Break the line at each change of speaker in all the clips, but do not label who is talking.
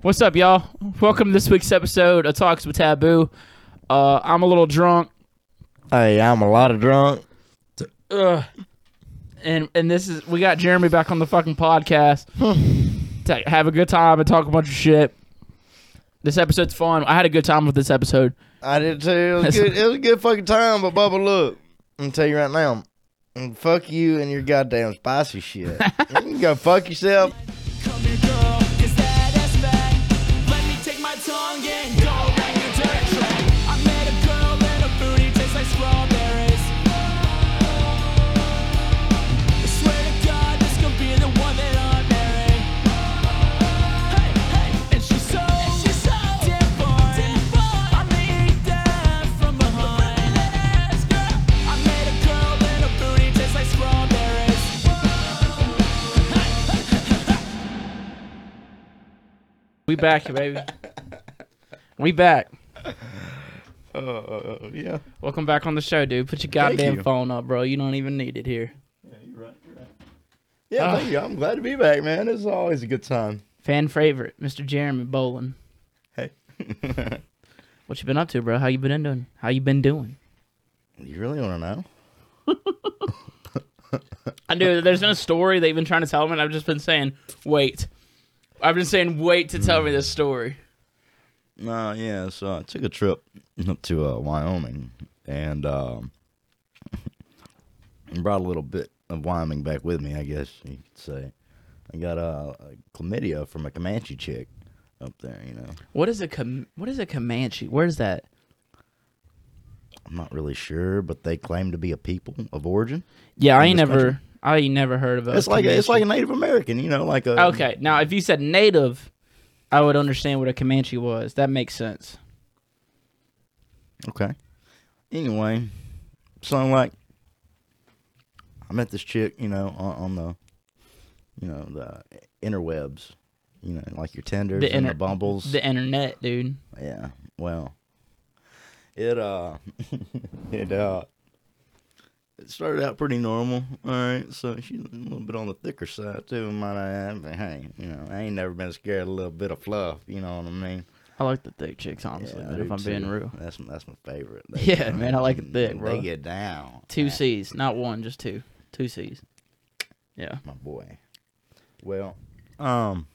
What's up, y'all? Welcome to this week's episode of Talks with Taboo. Uh, I'm a little drunk,
Hey, I'm a lot of drunk.
Ugh. and and this is we got Jeremy back on the fucking podcast. Ta- have a good time and talk a bunch of shit. This episode's fun. I had a good time with this episode.
I did too. It was, good. it was a good fucking time, but Bubba, look, I'm gonna tell you right now, mm, fuck you and your goddamn spicy shit. you can go fuck yourself.
Come here, girl, 'cause that ass fat. Let me take my tongue and go like a dirt track. I met a girl and her booty tastes like strawberries. I swear to God, this could be the one that I marry. Hey, hey, and she's so, damn fine. I may eat that from behind. I met a girl and her booty tastes like strawberries.
We back, baby. We back.
Uh, yeah.
Welcome back on the show, dude. Put your
Thank
goddamn
you.
phone up, bro. You don't even need it here.
Yeah,
Ah.
thank you. I'm glad to be back, man. It's always a good time.
Fan favorite, Mr. Jeremy Bolin.
Hey.
What you been up to, bro? How you been doing? How you been doing?
you really want to know?
I do. There's no story they've been trying to tell me. and I've just been saying, wait. I've been saying, wait to tell me this story.
No, Uh, yeah. So I took a trip up to uh, Wyoming and um, brought a little bit of Wyoming back with me. I guess you could say. I got uh, chlamydia from a Comanche chick up there. You know,
What is a com- what is a Comanche? Where is that?
I'm not really sure, but they claim to be a people of origin.
Yeah, I ain't
this
never,
country?
I ain't never heard of a
it's like a, it's
Comanche.
like a Native American. You know, like a
okay. Now, if you said native, I would understand what a Comanche was. That makes sense.
Okay. Anyway, so I'm like, I met this chick, you know, on, on the, you know, the interwebs, you know, like your Tinders
The
and
inter-
the Bumbles.
The internet, dude.
yeah. Well, it uh, it uh, it started out pretty normal. All right, so she's a little bit on the thicker side too, might I add. But hey, you know, I ain't never been scared of a little bit of fluff. You know what I mean?
I like the thick chicks, honestly.
Yeah, I
man, if
do,
I'm being
too.
real,
That's that's my favorite. They-
Yeah, man, I like it thick,
they
bro.
get down.
two
Yeah,
C's, not one, just two, two C's. Yeah.
my boy. Well, um,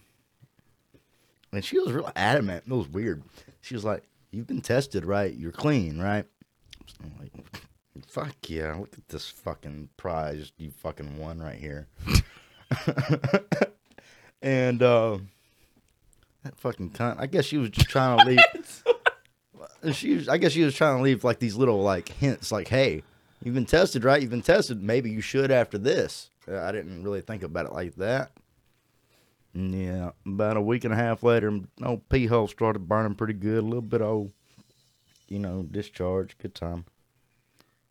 and she was real adamant. It was weird. She was like, "You've been tested, right? You're clean, right?" I'm like, "Fuck yeah! Look at this fucking prize you fucking won right here." and uh, that fucking cunt. I guess she was just trying to leave. And she was, I guess she was trying to leave like these little like hints, like, "Hey, you've been tested, right? You've been tested. Maybe you should after this." Uh, I didn't really think about it like that. Yeah, about a week and a half later, m- old pee hole started burning pretty good. A little bit old, you know, discharge. Good time.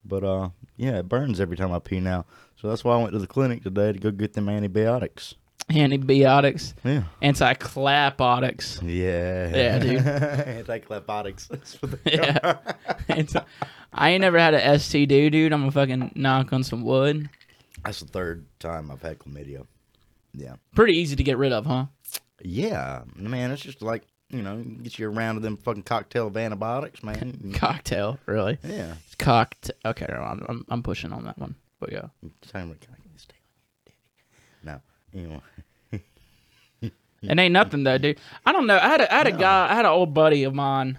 But uh, yeah, it burns every time I pee now. So that's why I went to the clinic today to go get them antibiotics.
Antibiotics,
Yeah.
anti-clapotics.
Yeah.
Yeah, dude.
Anticlapotics. That's what they
Yeah.
are.
Anti- I ain't never had a STD, dude. I'm gonna fucking knock on some wood.
That's the third time I've had chlamydia. Yeah.
Pretty easy to get rid of, huh?
Yeah, man. It's just like you know, get you a round of them fucking cocktail of antibiotics, man.
Cocktail, really?
yeah.
Cocked. Okay, no, I'm, I'm I'm pushing on that one. But yeah,
Time to kind of stay on your daddy. No, anyway.
it ain't nothing though, dude. I don't know. I had a, I had a guy. I had an old buddy of mine,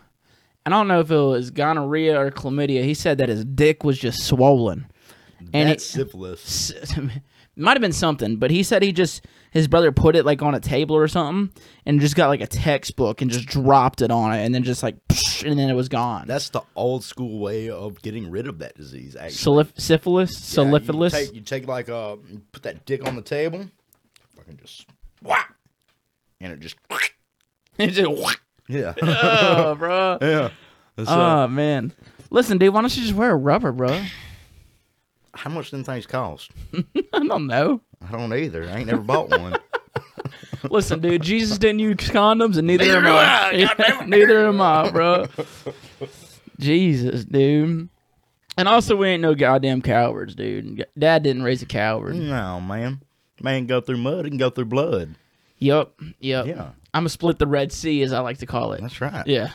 and I don't know if it was gonorrhea or chlamydia. He said that his dick was just swollen. And
that's
it-
syphilis.
s- might have been something, but he said he just his brother put it like on a table or something, and just got like a textbook and just dropped it on it, and then just like, and then it was gone.
That's the old school way of getting rid of that disease. Actually,
Syphilis, syphilis,
Yeah, you
syphilis.
take- You take, like uh, you put that dick on the table, fucking just whack, and it just
It's just,
yeah,
oh, bro.
yeah. uh, So,
Oh man, listen, dude. Why don't you just wear a rubber, bro?
how much them things cost?
I don't know.
I don't either. I ain't never bought one.
Listen, dude. Jesus didn't use condoms, and neither am I. neither am I, bro. Jesus, dude. And also, we ain't no goddamn cowards, dude. Dad didn't raise a coward.
no, man. Man, go through mud and go through blood.
Yup, yup.
Yeah.
I'm gonna split the Red Sea, as I like to call it.
That's right.
Yeah,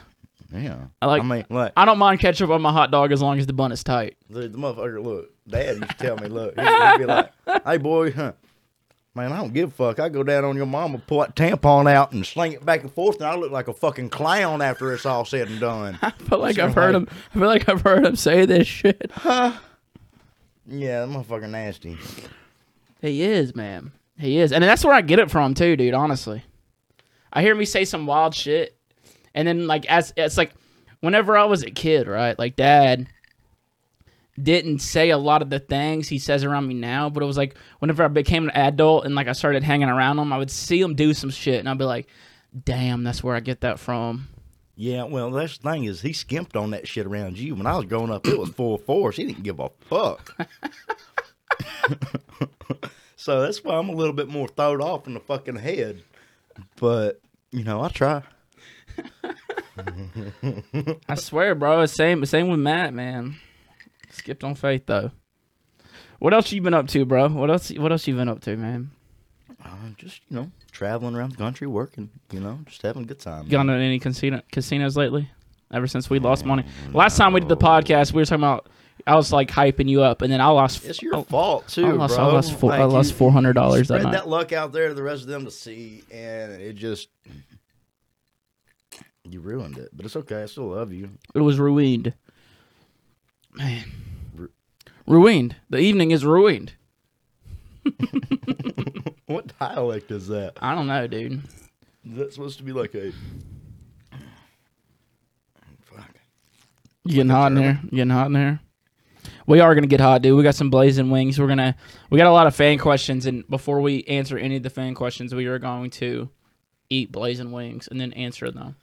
Yeah.
I like-
I mean, look,
I don't mind ketchup on my hot dog as long as the bun is tight.
the, the motherfucker, look, dad used to tell me, look, he'd, he'd be like, hey, boy, huh, man, I don't give a fuck. I go down on your mama, pull that tampon out and sling it back and forth, and I look like a fucking clown after it's all said and done.
I feel like
Sure,
I've heard
like-
him. I feel like I've heard him say this shit.
yeah, that motherfucker nasty.
He is, man. He is. And that's where I get it from too, dude, honestly. I hear me say some wild shit. And then like as it's like whenever I was a kid, right? Like dad didn't say a lot of the things he says around me now, but it was like whenever I became an adult and like I started hanging around him, I would see him do some shit and I'd be like, "Damn, that's where I get that from."
Yeah, well, that's the thing is he skimped on that shit around you. When I was growing up, it was full force. He didn't give a fuck. so that's why I'm a little bit more thrown off in the fucking head. But you know, I try.
I swear, bro. Same same with Matt, man. Skipped on faith though. What else you been up to, bro? What else what else you been up to, man?
Uh, just you know, traveling around the country, working. You know, just having a good time.
gone to any casino casinos lately? Ever since we lost money. Last time we did the podcast, we were talking about. I was like hyping you up, and then I lost.
It's your
I-
fault too,
Oh, I lost.
bro.
I lost. Four,
Like,
I
you-
lost four hundred dollars that
Spread
night.
that luck out there to the rest of them to see, and it just you ruined it. But it's okay. I still love you.
it was ruined. Man, ruined. The evening is ruined.
What dialect is that?
I don't know, dude.
Is that supposed to be like a fuck?
You getting hot in here? You getting hot in here? We are gonna get hot, dude. We got some blazing wings. We're gonna we got a lot of fan questions, and before we answer any of the fan questions, we are going to eat blazing wings and then answer them.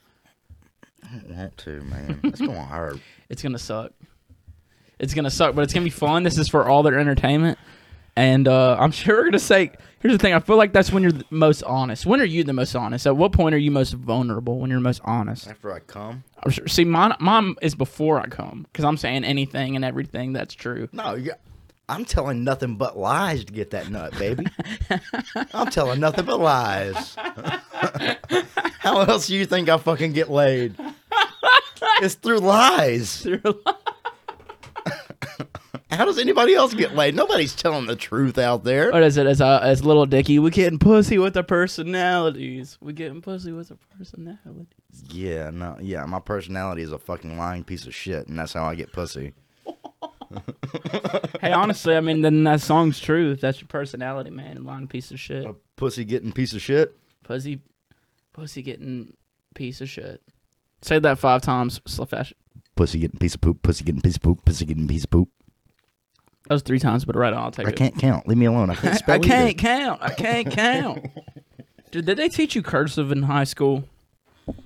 I don't want to, man. It's going hard.
It's gonna suck. It's gonna suck, but it's gonna be fun. This is for all their entertainment, and uh, I'm sure we're gonna say. Here's the thing: I feel like that's when you're the most honest. When are you the most honest? At what point are you most vulnerable? When you're most honest?
After I come,
I'm sure. See, mine, mine is before I come because I'm saying anything and everything that's true.
no, you. I'm telling nothing but lies to get that nut, baby. I'm telling nothing but lies. How else do you think I fucking get laid? It's through lies. How does anybody else get laid? Nobody's telling the truth out there.
What is it? As a, as little Dicky, we getting pussy with the personalities. We getting pussy with the personalities.
Yeah, no, yeah. My personality is a fucking lying piece of shit, and that's how I get pussy.
hey, honestly, I mean, then that song's true. If that's your personality, man, lying piece of shit.
A pussy getting piece of shit.
Pussy, pussy getting piece of shit. Say that five times, slow fashion.
Pussy getting piece of poop. Pussy getting piece of poop. Pussy getting piece of poop.
That was three times, but right on, I'll take
I
it.
can't count. Leave me alone. I can't spell
I can't
either.
count. I can't count. Dude, did they teach you cursive in high school?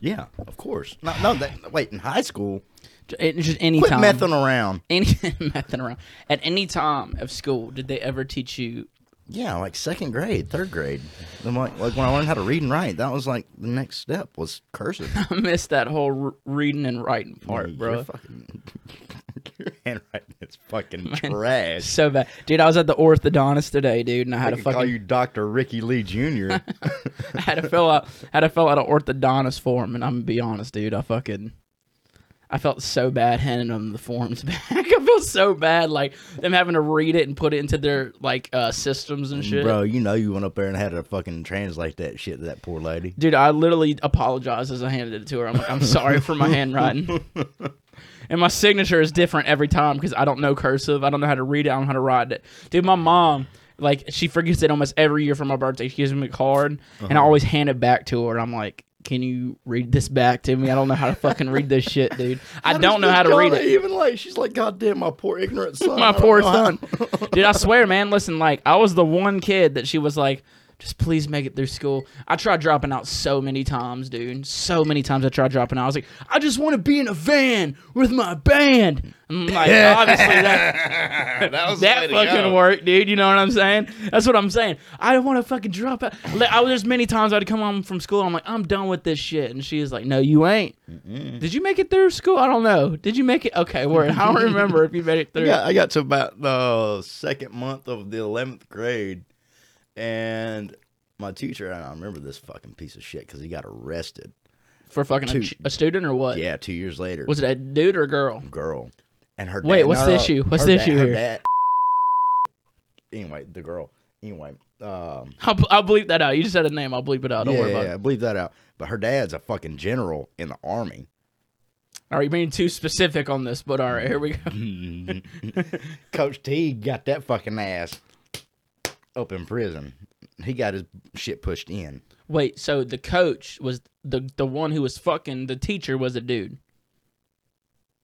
Yeah, of course. No, no. That, wait, in high school,
J- it- Just any
quit
time.
messing around.
Any messing around. At any time of school, did they ever teach you?
Yeah, like second grade, third grade. Then like, like when I learned how to read and write, that was like the next step was cursive.
I missed that whole r- reading and writing part,
Your
bro.
Fucking, your handwriting is fucking trash.
So bad, dude. I was at the orthodontist today, dude, and I had
I
to
could call
fucking
you Doctor Ricky Lee Jr.
I had to fill out had to fill out an orthodontist form, and I'm gonna be honest, dude. I fucking I felt so bad handing them the forms back. I felt so bad, like them having to read it and put it into their like uh, systems and shit.
Mm, Bro, you know you went up there and had to fucking translate that shit to that poor lady.
Dude, I literally apologized as I handed it to her. I'm like, I'm sorry for my handwriting. And my signature is different every time because I don't know cursive. I don't know how to read it. I don't know how to write it. Dude, my mom, like, she forgets it almost every year for my birthday. She gives me a card, and I always hand it back to her. And I'm like, can you read this back to me? I don't know how to fucking read this shit, dude. I don't know how to read it.
Even like she's like, God damn, my poor ignorant son.
My poor son. Dude, I swear, man, listen, like, I was the one kid that she was like, just please make it through school. I tried dropping out so many times, dude. So many times I tried dropping out. I was like, I just want to be in a van with my band. And like, obviously, that,
that was
that fucking work, dude. You know what I'm saying? That's what I'm saying. I don't want to fucking drop out. Like, I, there's many times I'd come home from school. I'm like, I'm done with this shit. And she's like, No, you ain't. Did you make it through school? I don't know. Did you make it? Okay, word. I don't remember if you made it through.
Yeah, I got to about the second month of the eleventh grade, and my teacher, and I remember this fucking piece of shit because he got arrested.
for fucking a,
Two.
ch- a student or what?
Yeah, two years later.
Was it a dude or a girl?
girl. And her
Wait,
dad-
what's
no,
the
no,
issue? What's
her
the
dad-
issue
her
here?
dad- anyway, the girl. Anyway, um,
I'll, ble- I'll bleep that out. You just said a name. I'll bleep it out. Don't
yeah,
worry
yeah,
about
yeah,
it.
believe that out. But her dad's a fucking general in the army.
All right, you're being too specific on this, but all right, here we go.
Mm-hmm. Coach T got that fucking ass up in prison. He got his shit pushed in.
Wait, so the coach was the the one who was fucking the teacher was a dude,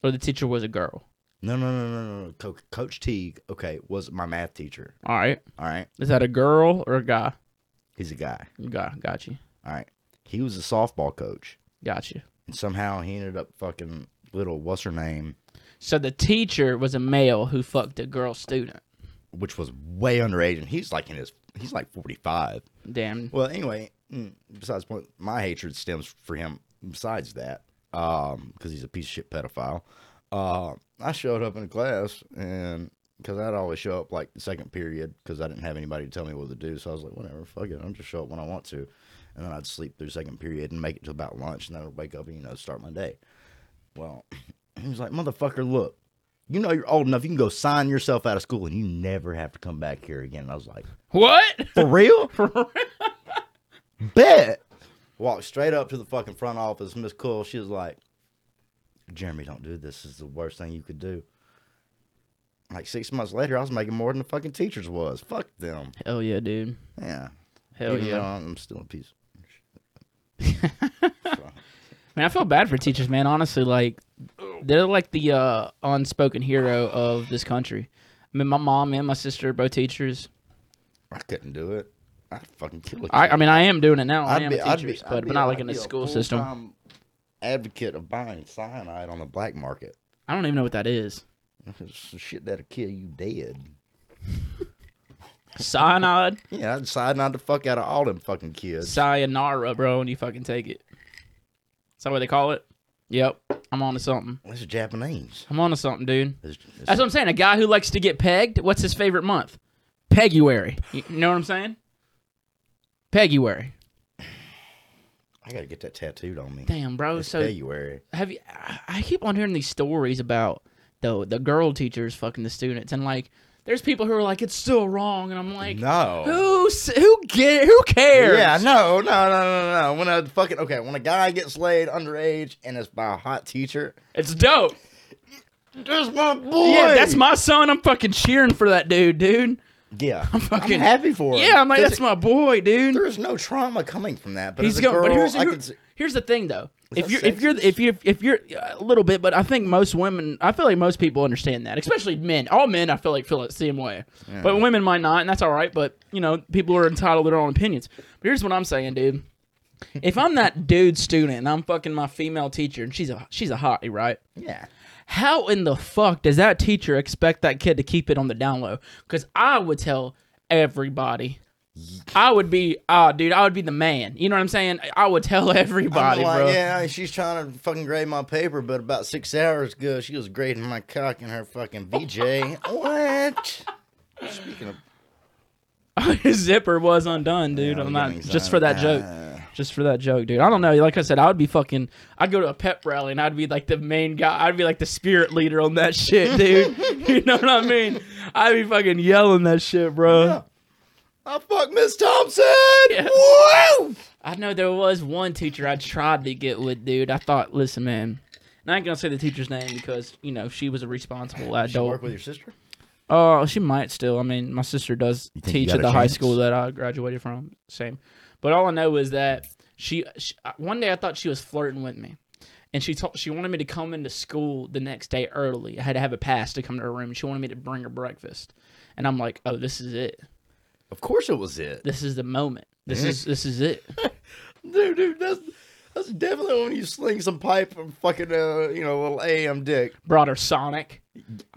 or the teacher was a girl.
No, no, no, no, no, no. Co- Coach Teague, okay, was my math teacher.
All right,
All right,
is that a girl or a guy?
he's a guy.
Guy, got you,
All right, he was a softball coach,
got you.
and somehow he ended up fucking little what's her name,
So the teacher was a male who fucked a girl student.
which was way underage, and he's like in his he's like forty five.
Damn.
Well, anyway, mm, besides point, my hatred stems for him. Besides that, because he's a piece of shit pedophile, uh, I showed up in class and because I'd always show up like the second period because I didn't have anybody to tell me what to do, so I was like, whatever, fuck it, I'm just show up when I want to, and then I'd sleep through second period and make it to about lunch, and then I'd wake up and you know start my day. Well, he was like, motherfucker, look. You know you're old enough. You can go sign yourself out of school, and you never have to come back here again. And I was like,
What?
for real? Bet. Walked straight up to the fucking front office. Miss Cole, she was like, Jeremy, don't do this. This is the worst thing you could do. Like six months later, I was making more than the fucking teachers was. Fuck them.
Hell yeah, dude.
Yeah.
Hell
Even
yeah.
though I'm still a piece.
Man, I feel bad for teachers, man. Honestly, like they're like the uh, unspoken hero of this country. I mean, my mom and my sister are both teachers.
I couldn't do it. I'd fucking kill a kid.
I, I mean, I am doing it now. I am a
I'd
teacher,
I'd
but, but not like
I'd
in the
be a
school system.
full-time Advocate of buying cyanide on the black market.
I don't even know what that is.
It's the shit that'll kill you dead.
Cyanide,
Yeah, I decided not to fuck out of all them fucking kids.
sayonara, bro, and you fucking take it. Is that what they call it? Yep, I'm on to something.
That's Japanese.
I'm on to something, dude.
It's, it's,
That's what I'm saying. A guy who likes to get pegged. What's his favorite month? Peguary. You know what I'm saying? Peguary.
I gotta get that tattooed on me.
Damn, bro.
It's
so
February.
have you I- i keep on hearing these stories about the the girl teachers fucking the students and like there's people who are like it's still wrong and i'm like
no.
who s- who get who cares
Yeah, no, no, no, no, no. When a fucking okay, when a guy gets laid underage and it's by a hot teacher,
it's dope
there's my boy.
yeah that's my son i'm fucking cheering for that dude dude
Yeah, I'm
fucking-
happy for him.
yeah i'm like
'Cause
that's my boy dude
There's no trauma coming from that, but
he's
as a
going
girl,
but here's,
I
here-
can see,
here's the thing though if
that
you're, if you're
sexist?
if you're if you're a little bit but i think most women i feel like most people understand that especially men all men i feel like feel the same way but women might not and that's all right but you know people are entitled to their own opinions but here's what i'm saying dude if i'm that dude student and i'm fucking my female teacher and she's a she's a hottie right
yeah.
how in the fuck does that teacher expect that kid to keep it on the down low? Because I would tell everybody. I would be, ah, dude, I would be the man. You know what I'm saying? I would tell
I'm
everybody,
like,
bro.
yeah, she's trying to fucking grade my paper, but about six hours ago, she was grading my cock in her fucking VJ. what? Speaking of
His zipper was undone, dude.
Yeah,
I'm
I'm
not
getting
just for that joke.
excited.
Just for that joke, dude. I don't know. Like I said, I would be fucking. I'd go to a pep rally and I'd be like the main guy. I'd be like the spirit leader on that shit, dude. you know what I mean? I'd be fucking yelling that shit, bro.
I fuck Miss Thompson.
Yeah.
Woo!
I know there was one teacher I tried to get with, dude. I thought, listen, man, and I ain't gonna say the teacher's name because you know she was a responsible
You work
adult.
with your sister?
Oh, she might still. I mean, my sister does
think you
teach
got
at
a
the high
chance?
school that I graduated from. Same, but all I know is that she, she uh, one day I thought she was flirting with me. And she told she wanted me to come into school the next day early. I had to have a pass to come to her room. She wanted me to bring her breakfast, and I'm like, "Oh, this is it.
Of course it was it.
This is the moment. This is this is it."
Dude, dude, that's that's definitely when you sling some pipe and fucking uh, you know, little AM dick.
Brought her Sonic.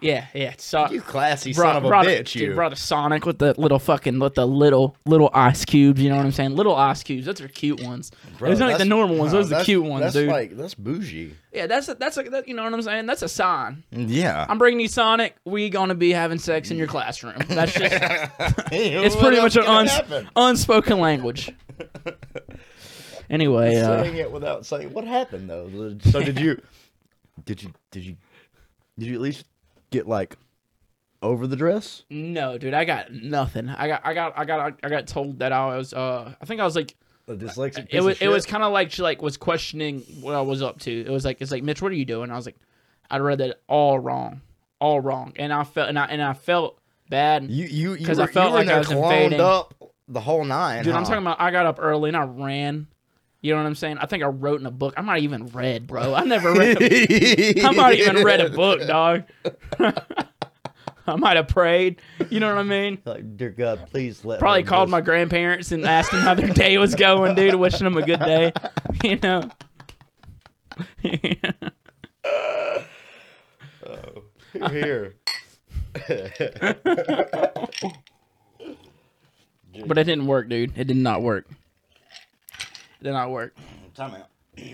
Yeah, yeah. It sucked.
You classy
brought,
son of a
brought
bitch,
dude,
you.
brought a Sonic with the little fucking with the little little ice cubes. You know what I'm saying? Little ice cubes. Those are cute ones.
Bro,
Those aren't like the
that's-
normal ones.
no,
Those are the
that's-
cute ones,
that's
dude.
Like, that's bougie.
yeah, that's a, that's a, that, you know what I'm saying? That's a sign.
Mm. Yeah.
I'm bringing you Sonic. We gonna be having sex in your classroom. That's just
it's
it's pretty much an uns- unspoken language. Anyway, uh,
saying it without saying what happened though. So did you? Did you? Did you? Did you at least get like over the dress?
no, dude, I got nothing. I got I got I got I got told that I was uh I think I was like
A dyslexic.
it
piece
was
of
it was
shit?
kind of like she like was questioning what I was up to. It was like it's like Mitch, what are you doing? I was like, I read that all wrong, all wrong, and I felt and I and I felt bad.
You you you
'Cause
were,
I felt
you were in
like I
there
was
cloned
invading.
up the whole nine.
Dude, I'm
huh?
talking about I got up early and I ran. You know what I'm saying? I think I wrote in a book. I'm not even read, bro. I never read. A, I might even read a book, dog. I might have prayed. You know what I mean?
Like, dear God, please let.
Probably
her
called
just-
my grandparents and asked them how their day was going, dude. Wishing them a good day. You know.
here.
But it didn't work, dude. It did not work. It did not work.
Time out.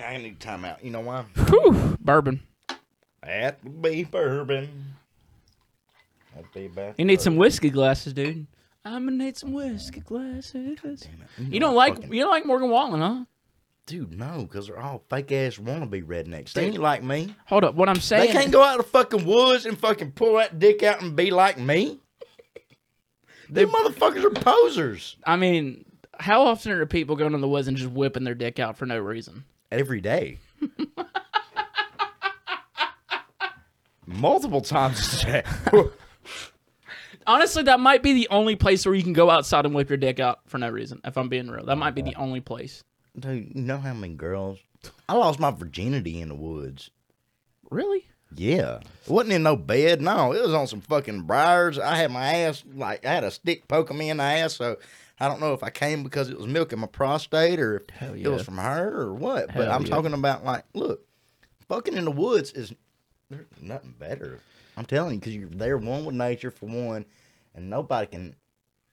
I need time out. You know why?
Whew, bourbon.
That would be bourbon. That'd be bad.
You need some whiskey glasses, dude. I'm gonna need some whiskey glasses. You don't like you don't like Morgan Wallen, huh?
dude? No, because they're all fake ass wannabe rednecks. They ain't like me.
Hold up, what I'm saying.
They can't go out of the fucking woods and fucking pull that dick out and be like me. They motherfuckers are posers.
I mean, how often are people going to the woods and just whipping their dick out for no reason?
Every day. Multiple times a day.
Honestly, that might be the only place where you can go outside and whip your dick out for no reason. If I'm being real, that might be the only place.
Dude, you know how many girls? I lost my virginity in the woods.
Really?
Yeah. It wasn't in no bed. No, it was on some fucking briars. I had my ass, like, I had a stick poking me in the ass. So I don't know if I came because it was milking my prostate or if
Hell
it was
yeah.
from her or what. but
Hell
I'm
yeah.
talking about, like, look, fucking in the woods is there's nothing better. I'm telling you, because you're there one with nature for one, and nobody can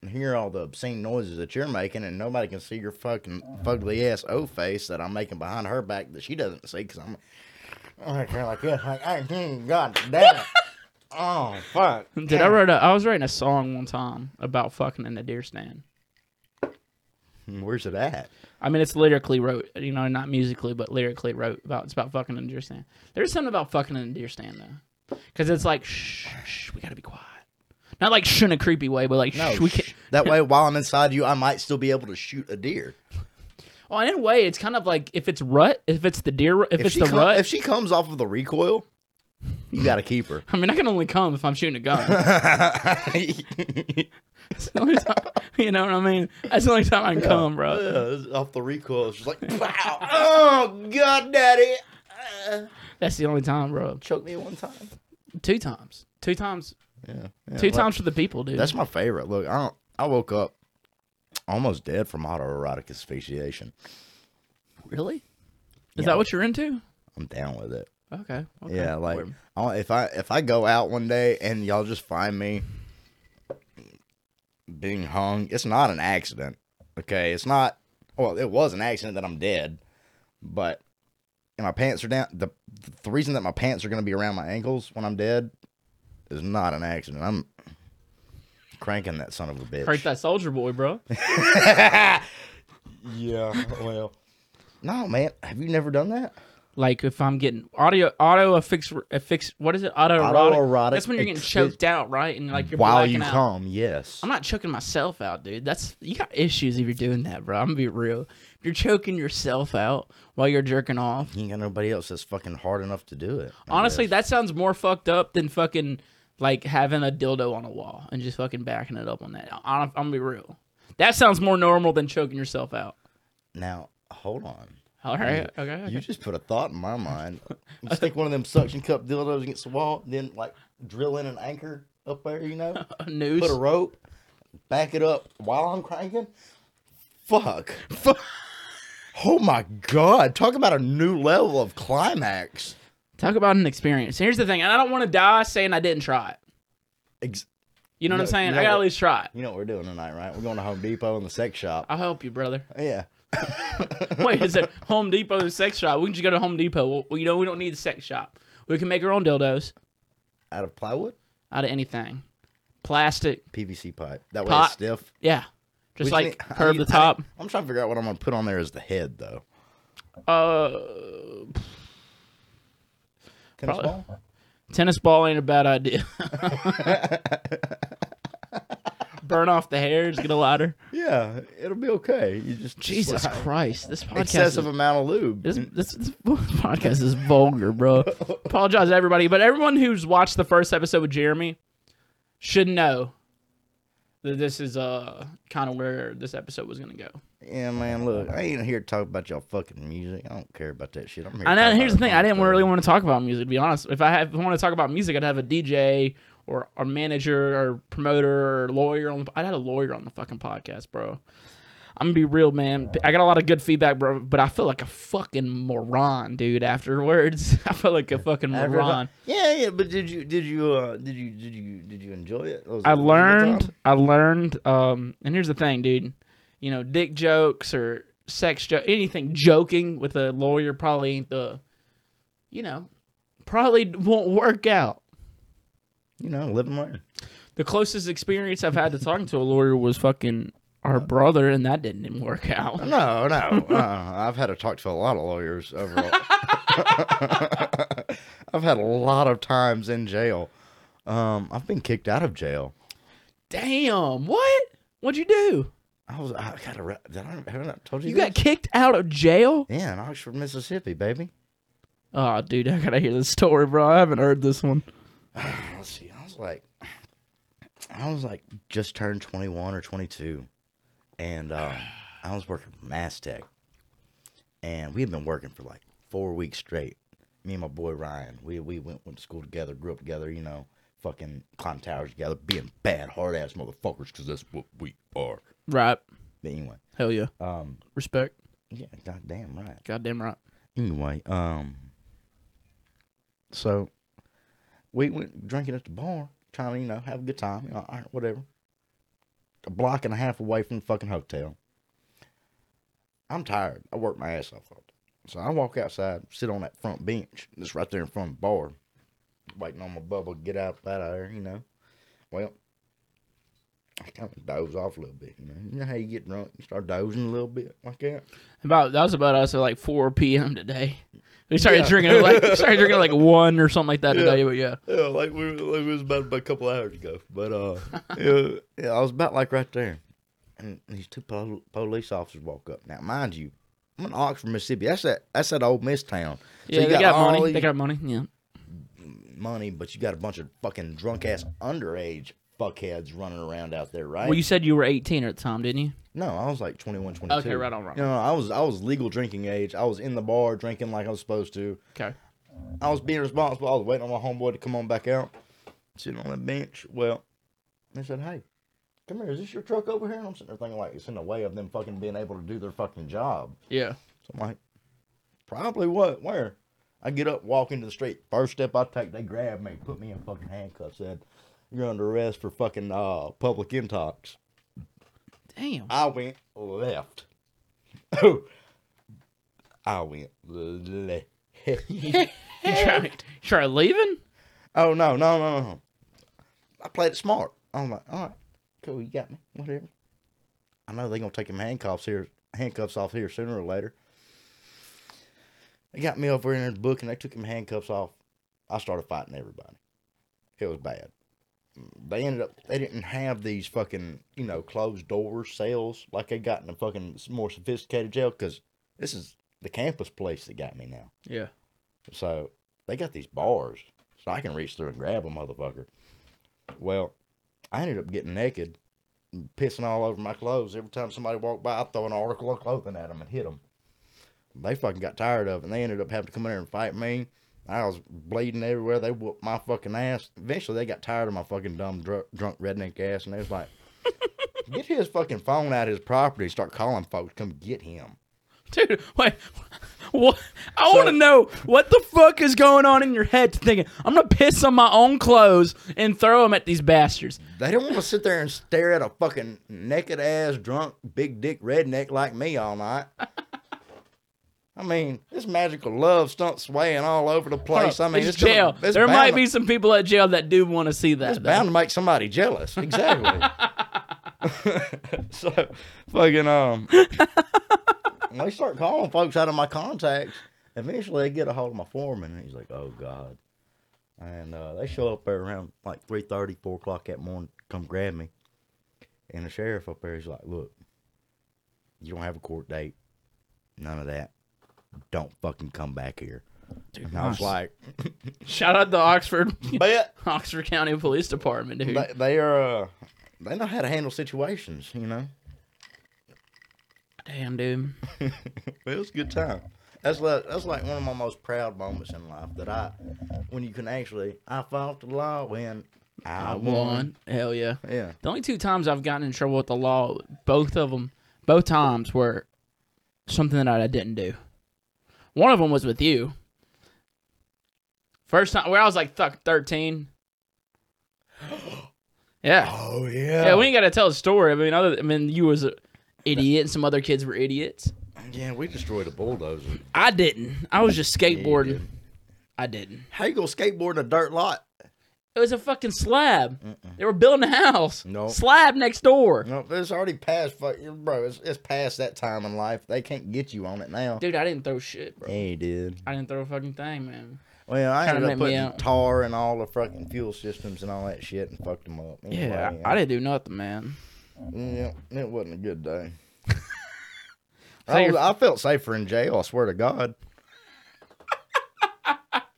hear all the obscene noises that you're making, and nobody can see your fucking fugly ass O face that I'm making behind her back that she doesn't see because I'm. I'm like, you're like this, like, hey, hmm, god damn it. Oh, fuck.
Dude, I wrote a, I was writing a song one time about fucking in a deer stand.
Where's it at?
I mean, it's lyrically wrote, you know, not musically, but lyrically wrote about it's about fucking in a deer stand. There's something about fucking in a deer stand though, because it's like shh, shh, we gotta be quiet. Not like shh in a creepy way, but like
No,
shh, we can't.
Oh, sh- that way, while I'm inside you, I might still be able to shoot a deer.
Well, in a way, it's kind of like if it's rut, if it's the deer, if,
If,
it's
she
the
come-
rut.
if she comes off of the recoil, you got to keep her.
I mean, I can only come if I'm shooting a gun. That's the only time, you know what I mean? That's the only time I can come, bro.
Yeah, Uh, off the recoil, she's like, "Wow, oh god, daddy, uh,
That's the only time, bro.
choke me one time."
Two times, two times,
Yeah, yeah,
two
like-
times for the people, dude.
That's my favorite. Look, I don't, I woke up almost dead from autoerotic asphyxiation.
really. Is
Yeah.
that what you're into?
I'm down with it.
Okay. okay.
Yeah, like
Word.
I'll, if I if I go out one day and y'all just find me being hung, it's not an accident. Okay, it's not. Well, it was an accident that I'm dead, but and my pants are down. The the reason that my pants are gonna be around my ankles when I'm dead is not an accident. I'm cranking that son of a bitch.
Crank that soldier boy, bro.
Yeah. Well. No, man. Have you never done that?
like if I'm getting audio auto affix affix what is it auto
Autoerotic
That's when you're getting
affix-
choked out, right? And like you're
While
blacking
you
out.
come, yes.
I'm not choking myself out, dude. That's you got issues if you're doing that, bro. I'm gonna be real. If you're choking yourself out while you're jerking off,
You ain't got nobody else that's fucking hard enough to do it. I
honestly,
guess.
that sounds more fucked up than fucking like having a dildo on a wall and just fucking backing it up on that. I- I'm, I'm gonna be real. That sounds more normal than choking yourself out.
Now, hold on.
All right, okay. okay.
You just put a thought in my mind. You stick one of them suction cup dildos against the wall, then like drill in an anchor up there, you know?
Uh, News.
Put a rope, back it up while I'm cranking. Fuck. Fuck. Oh my god. Talk about a new level of climax.
Talk about an experience. Here's the thing, and I don't want to die saying I didn't try it.
Ex-
You know what
No,
I'm saying?
no.
I gotta at least try it.
you know what we're doing tonight, right? We're going to Home Depot and the sex shop.
I'll help you, brother.
Yeah.
Wait, is it Home Depot and sex shop? We can just go to Home Depot. Well, you know, we don't need the sex shop. We can make our own dildos
Out of plywood,
out of anything, plastic.
PVC pipe. That way
Pot.
it's stiff.
Yeah, just
We
like
need- I
curve
need-
the
I
top.
need- I'm trying to figure out what I'm gonna put on there as the head, though.
Uh,
Tennis
Probably-
ball.
tennis ball ain't a bad idea. Burn off the hairs, get a lighter.
Yeah, it'll be okay. You just
Jesus
slide.
Christ, this podcast
Excessive
is,
amount of lube.
this, this, this podcast is vulgar, bro. Apologize to everybody, but everyone who's watched the first episode with Jeremy should know that this is uh kind of where this episode was gonna go.
Yeah, man. Look, I ain't here to talk about y'all fucking music. I don't care about that shit. I'm here. to
And
talk
then
about
here's the
our
thing: I
fun
didn't
stuff.
really want to talk about music, to be honest. If I, have, want to talk about music, I'd have a DJ or a manager or promoter or lawyer. On the, I'd had a lawyer on the fucking podcast, bro. I'm gonna be real, man. I got a lot of good feedback, bro, but I feel like a fucking moron, dude. Afterwards, I feel like a fucking
After
moron.
that- Yeah, yeah. But did you did you uh did you did you did you enjoy it? Was
I
it a good
learned.
time?
I learned. Um, and here's the thing, dude. You know, dick jokes or sex joke, anything joking with a lawyer probably ain't the, you know, probably won't work out.
You know, live and learn.
The closest experience I've had to talking to a lawyer was fucking our brother, and that didn't even work out.
No, no. uh, I've had to talk to a lot of lawyers overall. I've had a lot of times in jail. Um, I've been kicked out of jail.
Damn, what? What'd you do?
I was I got arre- did I haven't I told you?
You got
this?
kicked out of jail?
yeah, in Oxford, Mississippi, baby.
Oh, dude, I gotta hear this story, bro. I haven't heard this one.
Let's see. I was like, I was like just turned 21 or 22, and um, I was working for Mastech, and we had been working for like four weeks straight. Me and my boy Ryan, we we went, went to school together, grew up together, you know, fucking climbed towers together, being bad hard ass motherfuckers, cause that's what we are.
Right.
But anyway,
Hell yeah.
um,
Respect.
yeah, goddamn right.
Goddamn right.
Anyway, um, so we went drinking at the bar, trying to you know have a good time, you know, all right, whatever. A block and a half away from the fucking hotel. I'm tired. I worked my ass off all day, so I walk outside, sit on that front bench that's right there in front of the bar, waiting on my bubble to get out out of there, you know. Well. I kind of doze off a little bit, you know. You know how you get drunk, you start dozing a little bit like that.
About that was about us at like 4 p.m. today. We started
Yeah.
drinking at like we started drinking at like one or something like that today. But yeah,
Yeah, like we like we was about, about a couple hours ago. But uh, yeah, yeah, I was about like right there, and these two pol- police officers walk up. Now, mind you, I'm in Oxford, Mississippi. That's that that's that old Miss town. So
yeah,
you
they got,
all
money.
these
They got money. Yeah,
money, but you got a bunch of fucking drunk ass underage fuckheads running around out there, right?
well, you said you were 18 at the time, didn't you?
no, I was like 21, 22.
Okay, right on, right on.
You know, I was I was legal drinking age. I was in the bar drinking like I was supposed to.
Okay.
I was being responsible. I was waiting on my homeboy to come on back out, sitting on the bench. Well, they said, "Hey, come here. Is this your truck over here?" And I'm sitting there thinking, like, it's in the way of them fucking being able to do their fucking job.
Yeah.
So I'm like, probably what? Where? I get up, walk into the street. First step I take, they grab me, put me in fucking handcuffs. Said, "You're under arrest for fucking uh, public intox."
Damn.
I went left. I went left.
You try, you try leaving?
Oh no, no, no, no. I played it smart. I'm like, all right, cool, you got me, whatever. I know they're gonna take him handcuffs here, handcuffs off here sooner or later. They got me over in the book and they took him handcuffs off. I started fighting everybody. It was bad. They ended up they didn't have these fucking you know closed door cells like they got in the fucking more sophisticated jail because this is the campus place that got me now.
Yeah.
So they got these bars, so I can reach through and grab a motherfucker. Well, I ended up getting naked, and pissing all over my clothes. Every time somebody walked by, I throw an article of clothing at them and hit them. They fucking got tired of it, and they ended up having to come in there and fight me. I was bleeding everywhere. They whooped my fucking ass. Eventually, they got tired of my fucking dumb dr- drunk redneck ass, and they was like, "Get his fucking phone out of his property. Start calling folks. Come get him."
Dude, wait. What? I want to know what the fuck is going on in your head to thinking I'm gonna piss on my own clothes and throw them at these bastards.
They don't want to sit there and stare at a fucking naked ass, drunk, big dick redneck like me all night. I mean, this magical love stump swaying all over the place. I mean,
it's,
it's, gonna-
jail.
it's
there
bound
might
to-
be some people at jail that do want to see
It's
that. though.
bound to make somebody jealous. Exactly. so, fucking um, they start calling folks out of my contacts. Eventually, they get a hold of my foreman, and he's like, "Oh God!" And uh, they show up there around like 3:30, 4 o'clock that morning, come grab me. And the sheriff up there is like, "Look, you don't have a court date, none of that. Don't fucking come back here." and I
nice.
was like,
Shout out to Oxford,
"Bet."
Oxford County Police Department, dude.
they, they are uh, they know how to handle situations you know
Damn, dude.
but it was a good time that's like that's like one of my most proud moments in life that i when you can actually i fought the law and i,
I
won.
won. Hell yeah.
yeah
The only two times I've gotten in trouble with the law, both of them, both times were something that I didn't do. One of them was with you. First time, where I was like fuck thirteen. Yeah,
oh yeah
yeah. We ain't got to tell the story. I mean, other, I mean, you was an idiot, and some other kids were idiots.
yeah we destroyed a bulldozer
I didn't. I was just skateboarding. I didn't.
how you gonna skateboard in a dirt lot
It was a fucking slab. They were building a house.
Nope.
Slab next door.
no it's already past fuck bro it's, it's past that time in life they can't get you on it now
Dude, I didn't throw shit, bro.
yeah you did
I didn't throw a fucking thing, man.
well i
Kinda
ended
make
up
me
putting
out.
tar in all the fucking fuel systems and all that shit and fucked them up
Yeah,
Anyway,
I, I didn't do nothing, man.
Yeah, it wasn't a good day.
So
I,
you're-
was- I felt safer in jail. I swear to God,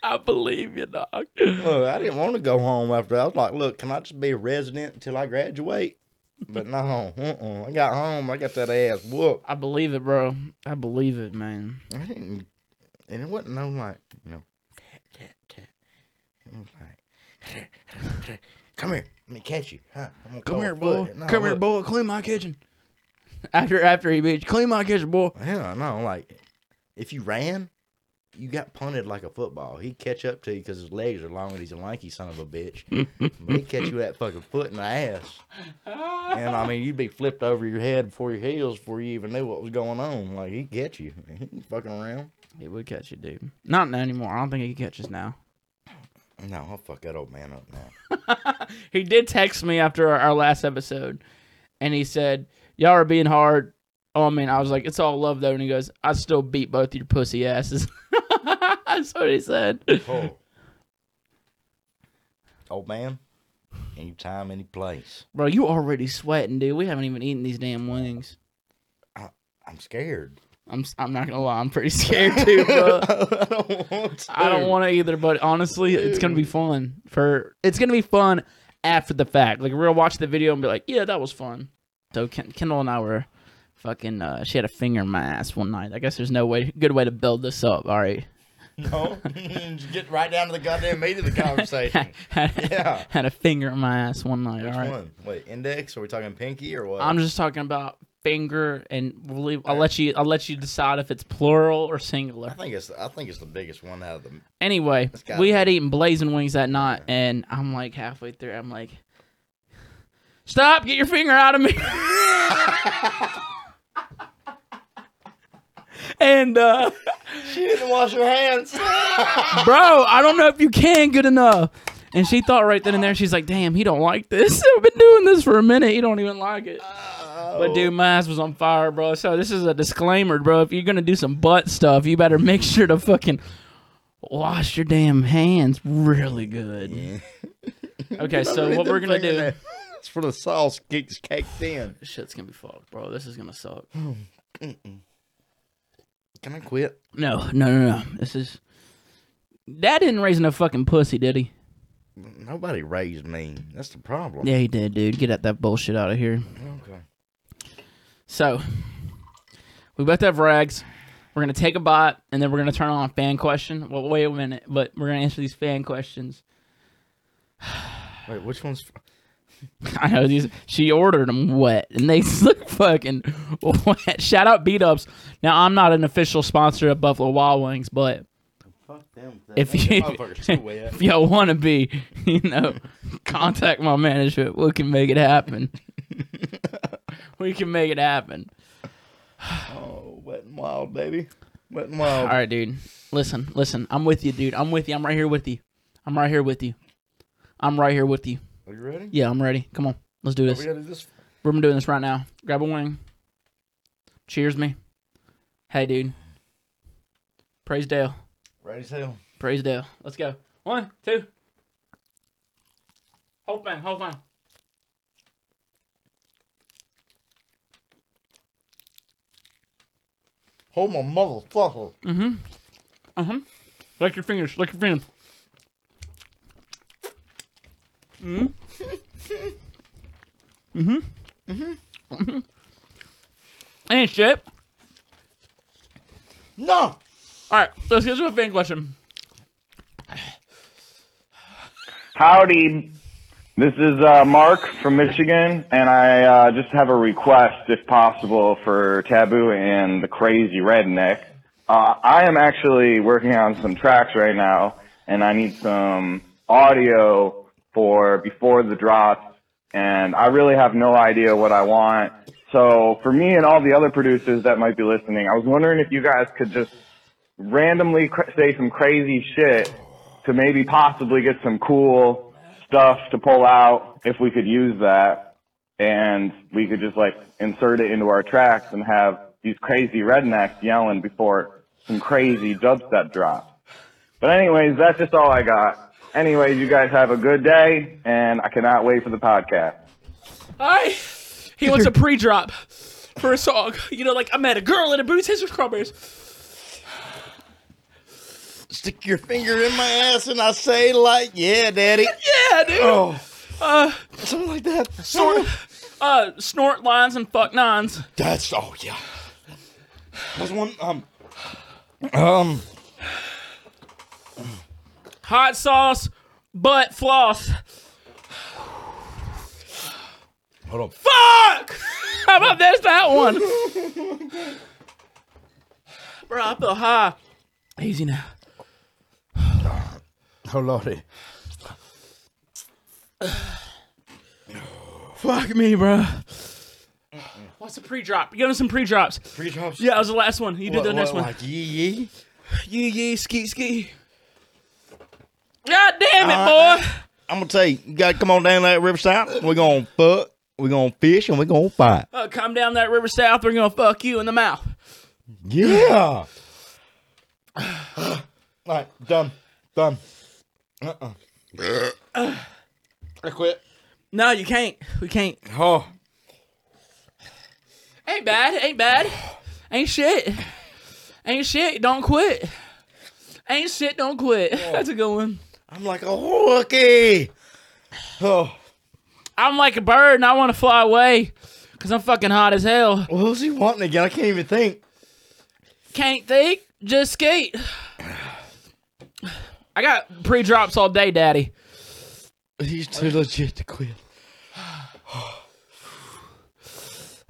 I believe you, dog.
Look, I didn't want to go home after. that. I was like, "Look, can I just be a resident until I graduate?" But no, uh-uh. I got home. I got that ass whooped.
I believe it, bro. I believe it, man.
I didn't, and it wasn't no like, you know, cat, cat, cat. It was like, "Come here, let me catch you." Huh? I'm gonna call a foot." No, look.
boy. Clean my kitchen. After after he beat you, clean my kitchen, boy.
Hell no, like if you ran, you got punted like a football. He'd catch up to you because his legs are long and he's a lanky son of a bitch. but he'd catch you with that fucking foot in the ass. And I mean, you'd be flipped over your head before your heels before you even knew what was going on. Like he'd catch you. He's fucking around.
He would catch you, dude. Not anymore. I don't think he can catch us now.
No, I'll fuck that old man up now.
He did text me after our, our last episode, and he said, "Y'all are being hard." Oh, I mean, I was like, "It's all love, though," and he goes, "I still beat both your pussy asses." That's what he said.
Oh. Old man, any time, any place.
Bro, you already sweating, dude. We haven't even eaten these damn wings.
I'm scared.
I'm s- I'm not gonna lie, I'm pretty scared too, bro.
I don't want to.
I don't want to either, but honestly, it's gonna be fun. For it's gonna be fun after the fact. Like we're gonna watch the video and be like, yeah, that was fun. So Ken- Kendall and I were fucking. Uh, she had a finger in my ass one night. I guess there's no way good way to build this up. All right,
No, just get right down to the goddamn meat of the conversation.
had,
Yeah.
had a finger in my ass one night.
Which
all right,
one? Wait, index? Are we talking pinky or what?
I'm just talking about finger, and we'll leave, I'll let you. I'll let you decide if it's plural or singular.
I think it's I think it's the biggest one out of them.
Anyway,
gotta
we had eaten blazing wings that night, and I'm like halfway through, I'm like, "Stop! Get your finger out of me!" and uh,
She didn't wash her hands.
bro, I don't know if you can good enough. And she thought right then and there, she's like, "Damn, he don't like this. I've been doing this for a minute. He don't even like it." But dude, my ass was on fire, bro. So this is a disclaimer, bro. If you're gonna do some butt stuff, you better make sure to fucking wash your damn hands really good. Okay, so what we're gonna do?
It's for the sauce gets caked in.
Shit's gonna be fucked, bro. This is gonna suck.
Can I quit?
No, no, no, no. This is. Dad didn't raise no fucking pussy, did he?
Nobody raised me. That's the problem.
Yeah, he did, dude. Get that that bullshit out of here.
Okay.
So, we both have rags. We're gonna take a bite, and then we're gonna turn on a fan question. Well, wait a minute, but we're gonna answer these fan questions.
Wait, which one's?
I know these. She ordered them wet, and they look fucking wet. Shout out beat ups. Now I'm not an official sponsor of Buffalo Wild Wings, but
Fuck them.
if you if y'all want to be, you know, contact my management. We can make it happen. we can make it happen.
oh, wet and wild, baby. Wet and wild.
All right, dude. Listen, listen. I'm with you, dude. I'm with you. I'm right here with you. I'm right here with you. I'm right here with you.
Are you ready?
Yeah, I'm ready. Come on, let's do
Are
this.
we ready to this?
We're doing this right now. Grab a wing. Cheers me. Hey, dude. Praise Dale.
Ready as hell.
Praise Dale. Let's go. One, two. Whole thing, whole thing.
Hold my motherfucker.
Uh huh. Lick your fingers. Lick your fingers. Mm? Mm-hmm. mm-hmm. Mm-hmm. Ain't shit.
No.
All right, let's get to a fan question.
Howdy. This is uh, Mark from Michigan, and I uh, just have a request, if possible, for Taboo and the Crazy Redneck. Uh, I am actually working on some tracks right now, and I need some audio for Before the Drops, and I really have no idea what I want. So, for me and all the other producers that might be listening, I was wondering if you guys could just randomly cr- say some crazy shit to maybe possibly get some cool stuff to pull out if we could use that and we could just like insert it into our tracks and have these crazy rednecks yelling before some crazy dubstep drop. But anyways, that's just all I got. Anyways, you guys have a good day and I cannot wait for the podcast.
I he wants a pre-drop for a song. You know, like I met a girl in a booth, scissors, strawberries.
Stick your finger in my ass and I say like, yeah, daddy.
Yeah, dude.
Oh,
Uh,
something like that.
sort of. Uh, snort lines and fuck nines.
That's oh yeah. That's one um um
Hot sauce, butt floss.
hold on.
Fuck! How about that's that one? Bro, I feel high. Easy now.
Oh lordy.
Fuck me, bro. What's a pre-drop? You got some pre-drops.
Three drops.
Yeah, that was the last one. You did
What,
the next
what,
one.
Like yee yee.
Yee yee ski ski. God damn it,
Uh,
boy!
I'm gonna tell you, you gotta come on down that riverside. We're gonna fuck, we're gonna fish, and we're gonna fight.
Uh, come down that river south, we're gonna fuck you in the mouth.
Yeah. All right, done, done. Uh uh I quit.
No, you can't. We can't.
Oh,
Ain't bad. Ain't bad. Ain't shit. Ain't shit. Don't quit. Ain't shit. Don't quit. That's a good one.
I'm like a rookie. Oh,
I'm like a bird and I want to fly away because I'm fucking hot as hell.
what was he wanting again? I can't even think.
Can't think. Just skate. I got pre drops all day, daddy.
He's too legit to quit.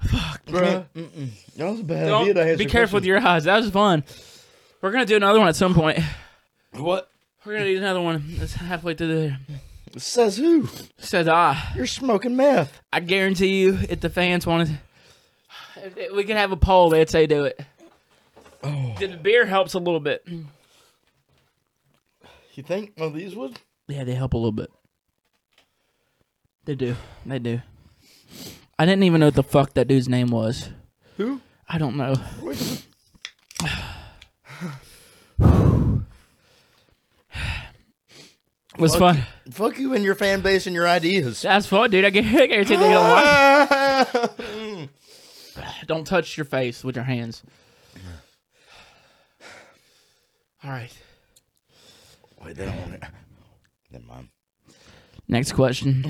Fuck, bro. That was a bad idea. To
Don't,
answer
be careful with your eyes. That was fun. We're going to do another one at some point.
your what
We're going to do another one. It's halfway through the.
says who?
Says I.
You're smoking meth.
I guarantee you, if the fans wanted, if- if we could have a poll. They'd say do it. The beer helps a little bit.
You think one of these would?
Yeah, they help a little bit. They do. They do. I didn't even know what the fuck that dude's name was.
Who?
I don't know. was fun.
Fuck you and your fan base and your ideas.
That's fun, dude. I gu- I guarantee they don't like. Don't touch your face with your hands. All right.
Wait, they don't want it. Never mind.
Next question.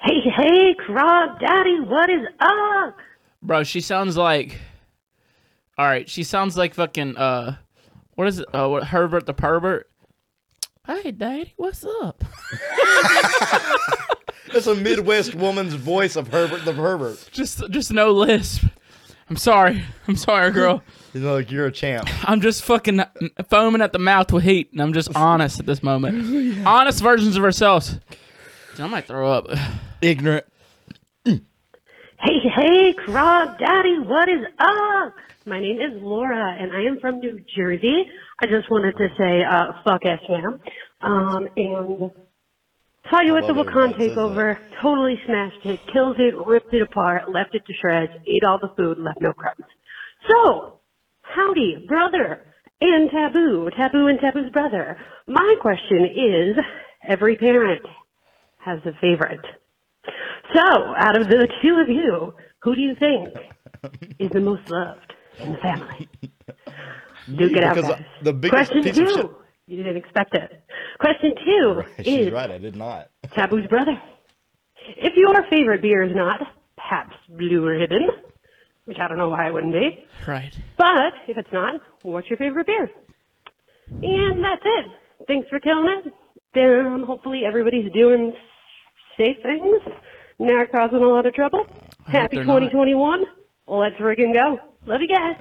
Hey, hey, Crog Daddy, what is up?
Bro, she sounds like. All right, she sounds like fucking. Uh, what is it? Uh, what, Herbert the pervert. Hey, Daddy, what's up?
That's a Midwest woman's voice of Herbert the pervert.
Just, just no lisp. I'm sorry. I'm sorry, girl.
You know, like you're a champ.
I'm just fucking foaming at the mouth with heat, and I'm just honest at this moment. Honest versions of ourselves. Dude, I might throw up.
Ignorant.
Hey, hey, Crab Daddy, what is up? My name is Laura, and I am from New Jersey. I just wanted to say, uh, fuck SM. Um, and saw you at the
love it
Wakan
when it says
takeover. Totally smashed it, killed it, ripped it apart, left it to shreds, ate all the food, left no crumbs. So, howdy, brother, and Taboo, Taboo and Taboo's brother. My question is, every parent has a favorite. So, out of the two of you, who do you think is the most loved in the family? Duke it out,
Because
guys.
the biggest
Question
piece
two.
of shit-
You didn't expect it. Question two
She's
is
right. I did not.
Taboo's brother. If your favorite beer is not Pabst Blue Ribbon, which I don't know why it wouldn't be,
Right.
but if it's not, what's your favorite beer? And that's it. Thanks for killing it. Damn, hopefully everybody's doing safe things, not causing a lot of trouble. Happy
they're not.
2021. Let's friggin' go. Love you guys.